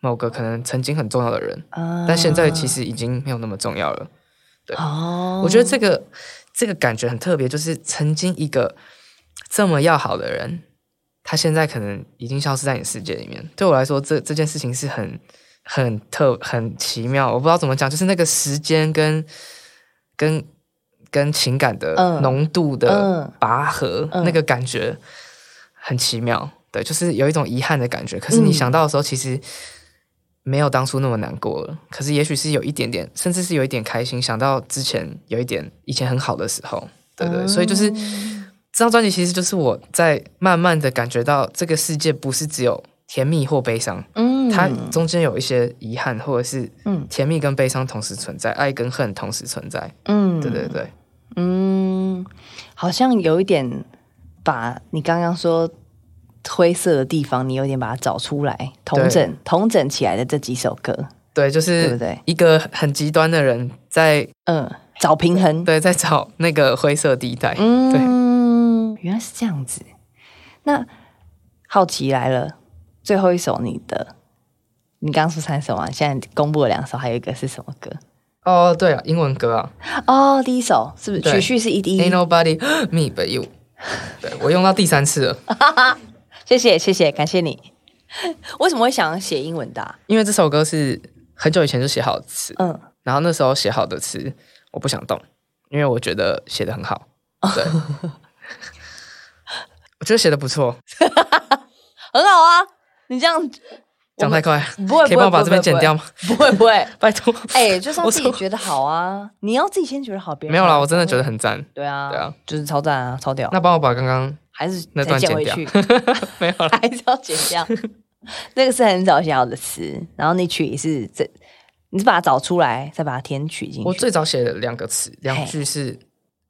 Speaker 1: 某个可能曾经很重要的人。
Speaker 2: 啊
Speaker 1: 但现在其实已经没有那么重要了。
Speaker 2: 哦，
Speaker 1: 我觉得这
Speaker 2: 嗯
Speaker 1: 个这个感觉很特别，就是曾经一个这么要好的人，他现在可能已经消失在你世界里面。对我来说，这这件事情是很很特很奇妙，我不知道怎么讲，就是那个时间跟跟跟情感的
Speaker 2: 嗯
Speaker 1: 浓度的
Speaker 2: 嗯
Speaker 1: 拔河，
Speaker 2: 嗯
Speaker 1: 那个感觉很奇妙。对，就是有一种遗憾的感觉。可是你
Speaker 2: 嗯
Speaker 1: 想到的时候，其实没有当初那么难过了。可是也许是有一点点，甚至是有一点开心，想到之前有一点以前很好的时候，对对。所以就是
Speaker 2: 哦
Speaker 1: 这张专辑，其实就是我在慢慢的感觉到这个世界不是只有甜蜜或悲伤，
Speaker 2: 嗯
Speaker 1: 它中间有一些遗憾，或者是
Speaker 2: 嗯
Speaker 1: 甜蜜跟悲伤同时存在，爱跟恨同时存在。
Speaker 2: 嗯
Speaker 1: 对对对，
Speaker 2: 嗯，好像有一点把你刚刚说灰色的地方，你有点把它找出来，同整同整起来的这几首歌，
Speaker 1: 对，就
Speaker 2: 对不
Speaker 1: 是
Speaker 2: 对？
Speaker 1: 一个很极端的人在
Speaker 2: 嗯，找平衡。
Speaker 1: 对在找那个灰色地带。
Speaker 2: 嗯，原来是这样子。那好奇来了，最后一首你的，你刚刚说三首嘛，现在公布了两首，还有一个是什么歌？
Speaker 1: 哦，对了，英文歌啊。
Speaker 2: 哦，第一首是不是
Speaker 1: 对
Speaker 2: 曲序是一
Speaker 1: Ain't
Speaker 2: 一？
Speaker 1: nobody me but you 对。我用到第三次了，
Speaker 2: 哦谢谢谢谢，感谢你。 [LAUGHS] 为什么会想写英文的啊、
Speaker 1: 因为这首歌是很久以前就写好的词，
Speaker 2: 嗯，
Speaker 1: 然后那时候写好的词我不想动，因为我觉得写的很好。
Speaker 2: 哦
Speaker 1: 对，我觉得写的不错，
Speaker 2: 很好啊，你这样
Speaker 1: 讲太快，
Speaker 2: 不会
Speaker 1: 可以帮我
Speaker 2: 不会
Speaker 1: 把这边剪掉吗？
Speaker 2: 不会
Speaker 1: [LAUGHS]
Speaker 2: 不会，
Speaker 1: 拜托，
Speaker 2: 哎、
Speaker 1: [LAUGHS]
Speaker 2: 就是要
Speaker 1: 我
Speaker 2: 自己嗯
Speaker 1: 说
Speaker 2: 觉得好啊，你要自己先觉得好，别人
Speaker 1: 没有啦，我真的
Speaker 2: 得
Speaker 1: 觉得很赞。
Speaker 2: 对啊，
Speaker 1: 对啊，
Speaker 2: 就是超赞啊，超屌，
Speaker 1: 那帮我把刚刚
Speaker 2: 还是
Speaker 1: 那
Speaker 2: 再
Speaker 1: 段
Speaker 2: 剪
Speaker 1: 剪
Speaker 2: 回
Speaker 1: 掉
Speaker 2: 去， [LAUGHS]
Speaker 1: 没有啦，
Speaker 2: 还是要剪
Speaker 1: [LAUGHS]
Speaker 2: 掉。这个是很早写好的词，然后那曲也是这，你是把它找出来，再把它填曲进去。
Speaker 1: 我最早写的两个词，两句是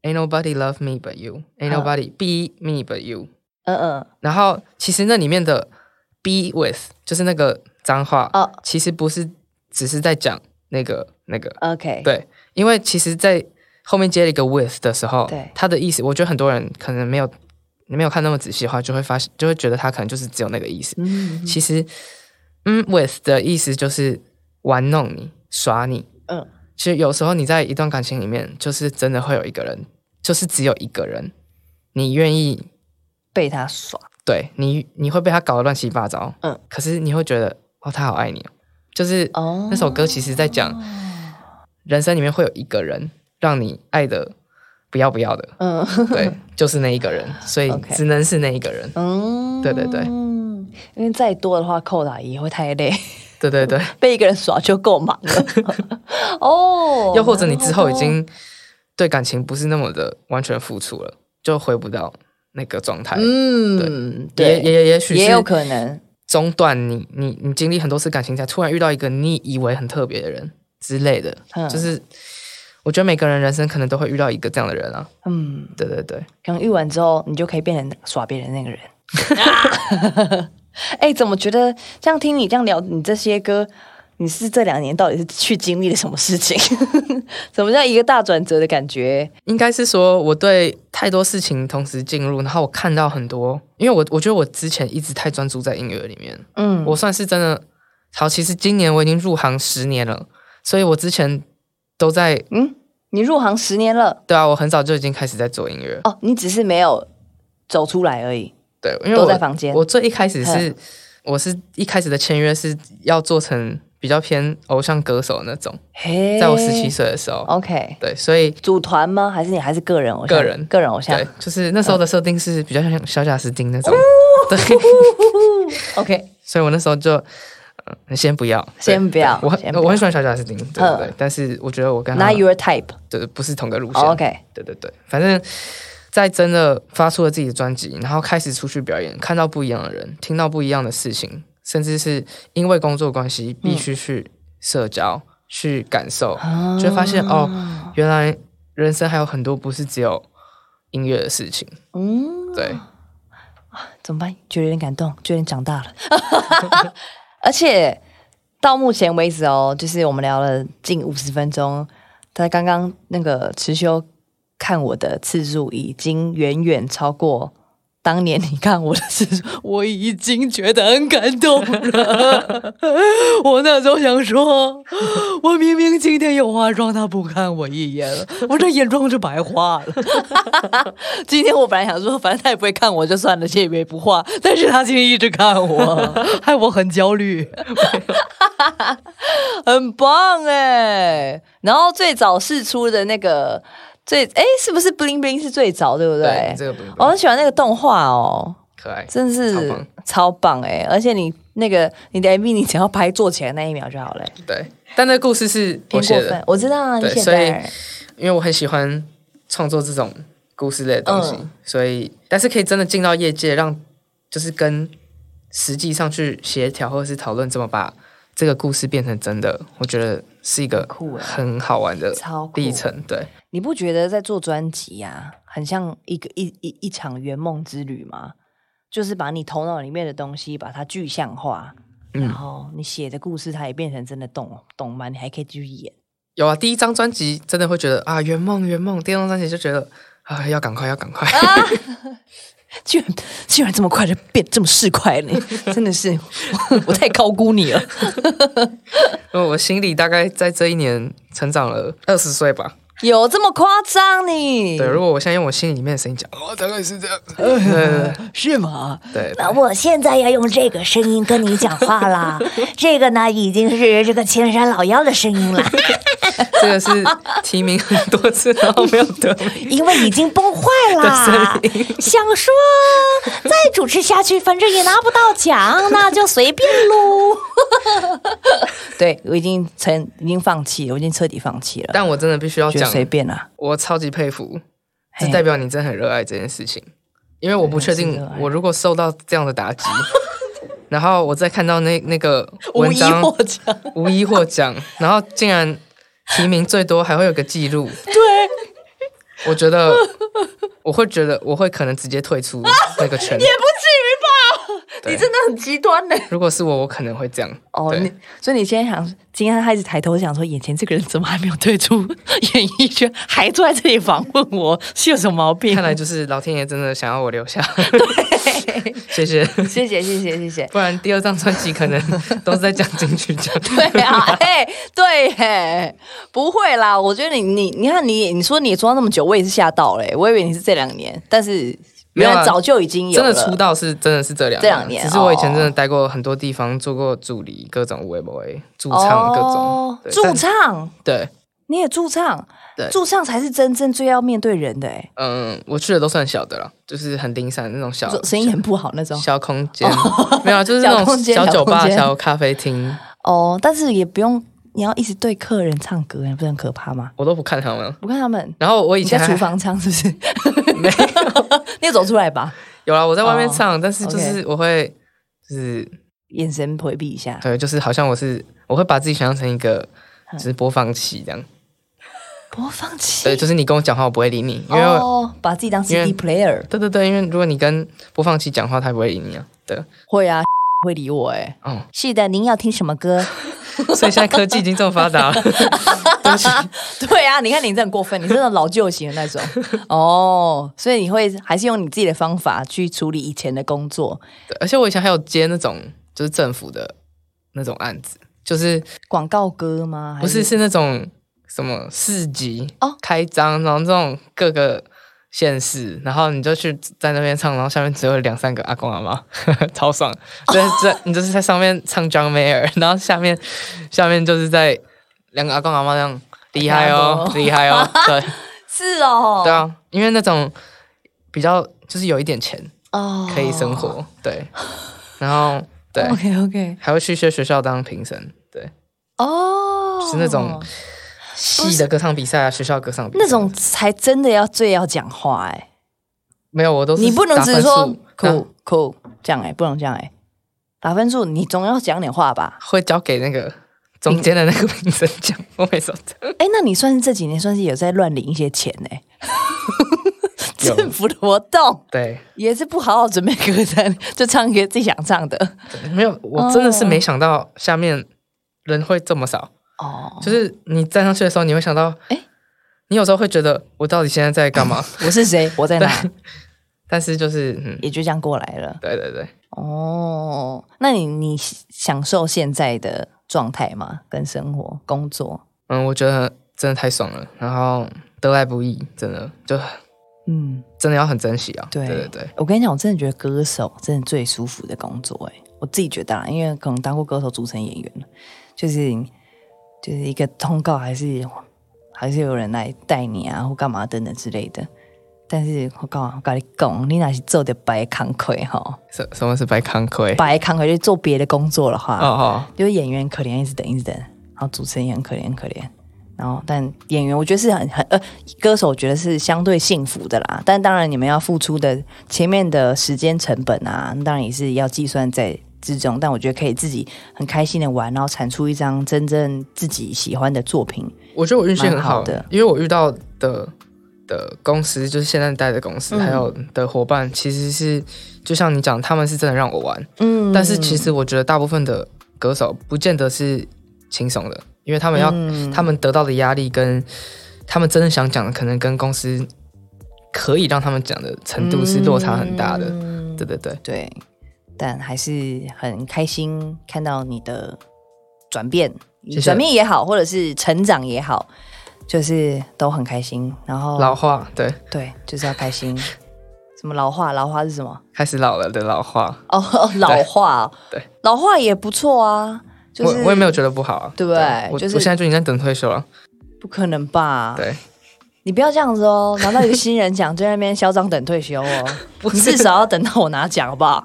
Speaker 1: Ain't nobody love me but you, Ain't
Speaker 2: 嗯
Speaker 1: nobody be me but you。
Speaker 2: 嗯嗯
Speaker 1: 然后其实那里面的 be with 就是那个脏话，
Speaker 2: 哦
Speaker 1: 其实不是只是在讲那个那个，
Speaker 2: ，OK，
Speaker 1: 对，因为其实，在后面接了一个 with 的时候，
Speaker 2: 对
Speaker 1: 它的意思，我觉得很多人可能没有没有看那么仔细的话，就会发现就会觉得它可能就是只有那个意思。
Speaker 2: 嗯
Speaker 1: 其实，嗯，with 的意思就是玩弄你、耍你。
Speaker 2: 嗯
Speaker 1: 其实有时候你在一段感情里面，就是真的会有一个人，就是只有一个人，你愿意
Speaker 2: 被他耍，
Speaker 1: 对你，你会被他搞得乱七八糟，
Speaker 2: 嗯
Speaker 1: 嗯，可是你会觉得哦，他好爱你哦，就是
Speaker 2: 哦
Speaker 1: 那首歌其实在讲、人生里面会有一个人让你爱的不要不要
Speaker 2: [LAUGHS]
Speaker 1: 的，
Speaker 2: 嗯
Speaker 1: 对，就是那一个人，所以
Speaker 2: OK
Speaker 1: 只能是那一个人，
Speaker 2: 嗯，
Speaker 1: 对对对
Speaker 2: 嗯，因为再多的话扣打也会太累。 [LAUGHS]
Speaker 1: 对对对，
Speaker 2: 被一个人耍就够忙了。
Speaker 1: [LAUGHS]
Speaker 2: 哦，
Speaker 1: 又或者你之后已
Speaker 2: 然
Speaker 1: 经对感情不是那么的完全付出了，就回不到那个状态，
Speaker 2: 嗯，
Speaker 1: 也
Speaker 2: 对，
Speaker 1: 也也许
Speaker 2: 也
Speaker 1: 是
Speaker 2: 有可能，
Speaker 1: 中断你你你经历很多次感情，才突然遇到一个你以为很特别的人之类的，
Speaker 2: 嗯
Speaker 1: 就是我觉得每个人人生可能都会遇到一个这样的人啊，
Speaker 2: 嗯，
Speaker 1: 对对对，
Speaker 2: 可能遇完之后，你就可以变成耍别人那个人。 [LAUGHS] 哎、怎么觉得这样听你这样聊你这些歌，你是这两年到底是去经历了什么事情？ [LAUGHS] 怎么叫一个大转折的感觉？
Speaker 1: 应该是说我对太多事情同时进入，然后我看到很多，因为我我觉得我之前一直太专注在音乐里面，
Speaker 2: 嗯，
Speaker 1: 我算是真的好，其实今年我已经入行十年了，所以我之前都在
Speaker 2: 你入行十年了
Speaker 1: 对啊，我很早就已经开始在做音乐，
Speaker 2: 哦，你只是没有走出来而已。
Speaker 1: 对，因为
Speaker 2: 都
Speaker 1: 我
Speaker 2: 在房间嗯
Speaker 1: 我最一开始是，我是一开始的签约是要做成比较偏偶像歌手那种，
Speaker 2: 嘿，
Speaker 1: 在我十七岁的时候，
Speaker 2: ，OK，
Speaker 1: 对，所以
Speaker 2: 组团吗？还是你还是个人偶像？
Speaker 1: 个人
Speaker 2: 个人偶像
Speaker 1: 对，就是那时候
Speaker 2: 嗯
Speaker 1: 的设定是比较像小贾斯汀那
Speaker 2: 哦
Speaker 1: 种， [LAUGHS] 对，
Speaker 2: ，OK，
Speaker 1: 所以我那时候就。嗯先不要，对
Speaker 2: 先不要
Speaker 1: 我
Speaker 2: 先
Speaker 1: 很
Speaker 2: 不要
Speaker 1: 我很喜欢小贾斯汀，对对对
Speaker 2: 嗯，
Speaker 1: 但是我觉得我跟他
Speaker 2: ，Not your type。
Speaker 1: 对不是同个路线。
Speaker 2: 哦 OK，
Speaker 1: 对对对，反正，在真的发出了自己的专辑，然后开始出去表演，看到不一样的人，听到不一样的事情，甚至是因为工作关系必须去社交、去感受，就会发现哦，原来人生还有很多不是只有音乐的事情。
Speaker 2: 嗯，
Speaker 1: 对，
Speaker 2: 怎么办？觉得有点感动，觉得你长大了。 [LAUGHS] 而且到目前为止哦，就是我们聊了近五十分钟，他刚刚那个持修看我的次数已经远远超过。当年你看我的次数，我已经觉得很感动了。 [LAUGHS] 我那时候想说，我明明今天有化妆，他不看我一眼 [LAUGHS] 了，我这眼妆就白花了。 [LAUGHS] 今天我本来想说，反正他也不会看我，就算了，谢也不画。但是他今天一直看我， [LAUGHS] 害我很焦虑。 [LAUGHS] 很棒哎！然后最早试出的那个最哎，是不是 bling bling 是最早对不对？
Speaker 1: 这个不用
Speaker 2: 我很喜欢那个动画哦，
Speaker 1: 可爱。
Speaker 2: 真
Speaker 1: 超
Speaker 2: 是
Speaker 1: 棒
Speaker 2: 超棒哎！而且你那个你的 MV，你只要拍坐起来那一秒就好了，
Speaker 1: 对，但那个故事是我
Speaker 2: 挺过
Speaker 1: 写
Speaker 2: 分
Speaker 1: 的，。
Speaker 2: 我知道啊，你
Speaker 1: 对
Speaker 2: 写
Speaker 1: 所以
Speaker 2: 的
Speaker 1: 因为我很喜欢创作这种故事类的东西，
Speaker 2: 嗯
Speaker 1: 所以但是可以真的进到业界，让就是跟实际上去协调或者是讨论怎么把这个故事变成真的，我觉得是一个
Speaker 2: 酷欸
Speaker 1: 很好玩的
Speaker 2: 超酷
Speaker 1: 历程。对，
Speaker 2: 你不觉得在做专辑呀、很像一个一一一场圆梦之旅吗？就是把你头脑里面的东西把它具象化，然
Speaker 1: 嗯，
Speaker 2: 后你写的故事它也变成真的动动漫，你还可以继续演。 [LAUGHS]
Speaker 1: 有啊，第一张专辑真的会觉得啊圆梦圆梦，第二张专辑就觉得啊要赶快要赶快，
Speaker 2: 啊居然居然这么快就变这么市
Speaker 1: [LAUGHS]
Speaker 2: 侩了你，真的是我我太高估你了。
Speaker 1: [LAUGHS] 因为我心里大概在这一年成长了二十岁吧。
Speaker 2: 有这么夸张你？
Speaker 1: 对，如果我现在用我心里面的声音讲，哦，大概是这样。对对
Speaker 2: 是吗？
Speaker 1: 对，对
Speaker 3: 那我现在要用这个声音跟你讲话啦，这个呢已经是这个千山老妖的声音了，
Speaker 1: 这个是提名很多次，然后没有得名。
Speaker 3: 因为已经崩坏啦。想说再主持下去，反正也拿不到奖，那就随便喽。
Speaker 2: 对我已经成已经放弃了，我已经彻底放弃了，
Speaker 1: 但我真的必须要
Speaker 2: 觉得
Speaker 1: 讲，
Speaker 2: 随便啦、
Speaker 1: 我超级佩服，
Speaker 2: 嘿
Speaker 1: 这代表你真的很热爱这件事情。因为我不确
Speaker 2: 对
Speaker 1: 定
Speaker 2: 我是热，爱
Speaker 1: 我如果受到这样的打击， [LAUGHS] 然后我再看到那那个
Speaker 2: 无
Speaker 1: 文
Speaker 2: 一
Speaker 1: 章
Speaker 2: 获 [LAUGHS] 奖。
Speaker 1: 无一获奖，然后竟然提名最多，还会有个记录。
Speaker 2: [LAUGHS] 对，
Speaker 1: 我觉得我会觉得我会可能直接退出那个
Speaker 2: [LAUGHS]
Speaker 1: 圈。
Speaker 2: 不至于吧？
Speaker 1: 对
Speaker 2: 你真的很极端呢、
Speaker 1: 如果是我，我可能会这样。
Speaker 2: 哦，
Speaker 1: 对
Speaker 2: 你所以你现在想，今天开始抬头想说，眼前这个人怎么还没有退出 [LAUGHS] 演艺圈，还坐在这里访问我，是有什么毛病？
Speaker 1: 看来就是老天爷真的想要我留下， [LAUGHS] 谢谢。
Speaker 2: [LAUGHS]
Speaker 1: [LAUGHS]
Speaker 2: 谢谢谢谢谢谢。
Speaker 1: 不然第二张专辑可能 [LAUGHS] 都是在讲金曲奖。
Speaker 2: 对
Speaker 1: [LAUGHS]
Speaker 2: 啊，哎、对、哎，不会啦。我觉得你你你看你你说你也装那么久，我也是吓到嘞、我以为你是这两年，但是
Speaker 1: 没
Speaker 2: 原
Speaker 1: 有啊
Speaker 2: 来早就已经有
Speaker 1: 真
Speaker 2: 了。
Speaker 1: 的出道是真的是这两
Speaker 2: 这两年哦
Speaker 1: 只是我以前真的待过很多地方，做过助理，各种 w e 驻唱各种
Speaker 2: 哦，
Speaker 1: 对
Speaker 2: 驻
Speaker 1: 但
Speaker 2: 唱
Speaker 1: 对，
Speaker 2: 你也驻唱
Speaker 1: 对，
Speaker 2: 驻唱才是真正最要面对人的哎、
Speaker 1: 嗯，我去的都算小的了，就是很零散的那种小
Speaker 2: 声音很不好那种。
Speaker 1: 小空间， [LAUGHS] 没有啊，就是那
Speaker 2: 哦小
Speaker 1: 种
Speaker 2: 空间
Speaker 1: 小酒
Speaker 2: 小空
Speaker 1: 吧、
Speaker 2: 间
Speaker 1: 小咖啡厅，
Speaker 2: 哦，但是也不用，你要一直对客人唱歌，你不是很可怕吗？
Speaker 1: 我都不看他们。
Speaker 2: 我看他们，
Speaker 1: 然后我以
Speaker 2: 你
Speaker 1: 前
Speaker 2: 在
Speaker 1: 还 [LAUGHS]
Speaker 2: 厨房唱是不是？没有， [LAUGHS] 你有走出来吧，
Speaker 1: 有啦，我在外面
Speaker 2: 哦
Speaker 1: 唱，但是就是
Speaker 2: OK
Speaker 1: 我会就是
Speaker 2: 眼神回避一下。
Speaker 1: 对，就是好像我是我会把自己想象成一个
Speaker 2: 嗯
Speaker 1: 就是播放器这样。
Speaker 2: 播放器，
Speaker 1: 对，就是你跟我讲话，我不会理你，因为、
Speaker 2: 哦，把自己当
Speaker 1: 因
Speaker 2: CD
Speaker 1: 为
Speaker 2: player
Speaker 1: 对对对，因为如果你跟播放器讲话，他也不会理你啊。对，
Speaker 2: 会啊，会理我哎、
Speaker 1: 哦，
Speaker 3: 是的，您要听什么歌？
Speaker 1: 所以现在科技已经这么发达了，对不起，
Speaker 2: [LAUGHS] 对啊，你看你真的很过分，你真的老旧型的那
Speaker 1: [LAUGHS]
Speaker 2: 种哦，所以你会还是用你自己的方法去处理以前的工作，
Speaker 1: 对而且我以前还有接那种就是政府的那种案子，就是
Speaker 2: 广告歌吗？还
Speaker 1: 不是是那种什么市集
Speaker 2: 哦
Speaker 1: 开张，然后这种各个县市，然后你就去在那边唱，然后下面只有两三个阿公阿妈， [LAUGHS] 超爽。在在你就是在上面唱 John Mayer，然后 [LAUGHS] 下面下面就是在两个阿公阿妈这样。厉害哦，厉害哦，对
Speaker 2: 是哦，
Speaker 1: 对啊，因为那种比较就是有一点钱
Speaker 2: 哦，
Speaker 1: 可以生活，对，然后对，
Speaker 2: OK OK，
Speaker 1: 还会去一些学校当评审，对，
Speaker 2: 哦，
Speaker 1: 是那种系的歌唱比赛啊，学校歌唱比赛
Speaker 2: 那种才真的要最要讲话哎、
Speaker 1: 没有，我都是
Speaker 2: 你不能
Speaker 1: 打
Speaker 2: 只
Speaker 1: 分
Speaker 2: 说
Speaker 1: 数啊那
Speaker 2: 酷酷这样哎、不能这样哎、打分数你总要讲点话吧？
Speaker 1: 会交给那个中间的那个评审讲，我每次都这样
Speaker 2: 哎、那你算是这几年算是有在乱领一些钱哎、
Speaker 1: [LAUGHS] 有
Speaker 2: [LAUGHS] 政府的活动
Speaker 1: 对，
Speaker 2: 也是不好好准备歌单，就唱歌自己想唱的
Speaker 1: 对没有，我真的是没想到下面人会这么少，
Speaker 2: 哦。
Speaker 1: 就是你站上去的时候，你会想到，
Speaker 2: 诶
Speaker 1: 你有时候会觉得我到底现在在干嘛？
Speaker 2: 我是 [LAUGHS] 谁？我在哪？
Speaker 1: 但是就是，嗯，
Speaker 2: 也就这样过来了。
Speaker 1: 对对对，
Speaker 2: 哦，那你你享受现在的状态吗？跟生活、工作？
Speaker 1: 嗯，我觉得真的太爽了，然后得来不易，真的就
Speaker 2: 嗯，
Speaker 1: 真的要很珍惜啊，
Speaker 2: 对
Speaker 1: 对对对，
Speaker 2: 我跟你讲，我真的觉得歌手真的最舒服的工作、欸，我自己觉得啦，因为可能当过歌手、主持人、演员就是就是一个通告，还是还是有人来带你啊，或干嘛等等之类的。但是我告我跟你讲，你那是做的白康亏哈，
Speaker 1: 什什么是白康亏？
Speaker 2: 白康亏就做别的工作的话，
Speaker 1: 哦哦，
Speaker 2: 就是演员可怜，一直等，一直等，然后主持人也很可怜，很可怜。然后，但演员我觉得是很很呃，歌手我觉得是相对幸福的啦。但当然，你们要付出的前面的时间成本啊，当然也是要计算在之中。但我觉得可以自己很开心的玩，然后产出一张真正自己喜欢的作品。
Speaker 1: 我觉得我运气很
Speaker 2: 蛮好
Speaker 1: 好
Speaker 2: 的
Speaker 1: 因为我遇到的的公司就是现在待的公司，
Speaker 2: 嗯
Speaker 1: 还有的伙伴，其实是就像你讲，他们是真的让我玩，
Speaker 2: 嗯
Speaker 1: 但是其实我觉得大部分的歌手不见得是轻松的，因为他们要、
Speaker 2: 嗯
Speaker 1: 他们得到的压力跟他们真的想讲的，可能跟公司可以让他们讲的程度是落差很大的。
Speaker 2: 嗯
Speaker 1: 对对对，
Speaker 2: 对，但还是很开心看到你的转变，
Speaker 1: 谢谢
Speaker 2: 转变也好，或者是成长也好，就是都很开心。然后
Speaker 1: 老话对，
Speaker 2: 对，就是要开心。什么老话？老话是什么？
Speaker 1: 开始老了的老话，
Speaker 2: 哦，哦 [LAUGHS] 老话哦，
Speaker 1: 对
Speaker 2: 老话也不错啊。就是
Speaker 1: 我我也没有觉得不好啊，
Speaker 2: 对不对
Speaker 1: 我、
Speaker 2: 就是
Speaker 1: 我现在就已经在等退休了，
Speaker 2: 不可能吧？
Speaker 1: 对，
Speaker 2: 你不要这样子哦，拿到一个新人奖就在那边嚣张等退
Speaker 1: [LAUGHS]
Speaker 2: 休哦，
Speaker 1: 不
Speaker 2: 你
Speaker 1: 是
Speaker 2: 至少要等到我拿奖好不好？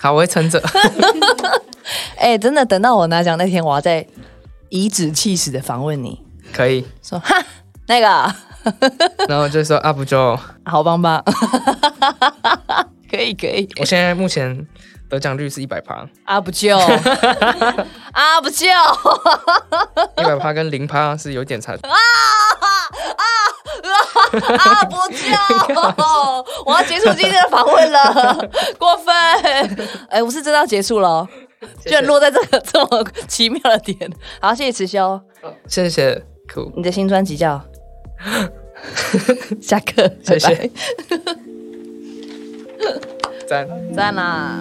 Speaker 1: 好，我会撑着。 [LAUGHS]
Speaker 2: 哎、真的等到我拿奖那天，我要再颐指气使的访问你，
Speaker 1: 可以，
Speaker 2: 说哈那个。
Speaker 1: 然后就说啊，不就
Speaker 2: 好棒棒，可以可以，
Speaker 1: 我现在目前得奖率是一百趴，
Speaker 2: 阿
Speaker 1: [LAUGHS]
Speaker 2: 不就，阿不就，
Speaker 1: 一百趴跟零趴是有点差距。
Speaker 2: 阿啊不就，我要结束今天的访
Speaker 1: [LAUGHS]
Speaker 2: 问了，过分，哎、我是真的要结束了哦，居然落在这个这么奇妙的点，好，谢谢池修，
Speaker 1: 谢谢，酷。
Speaker 2: 你的新专
Speaker 1: [LAUGHS]
Speaker 2: 辑叫，下课，
Speaker 1: 谢谢
Speaker 2: 拜拜
Speaker 1: 赞。
Speaker 2: 赞啦。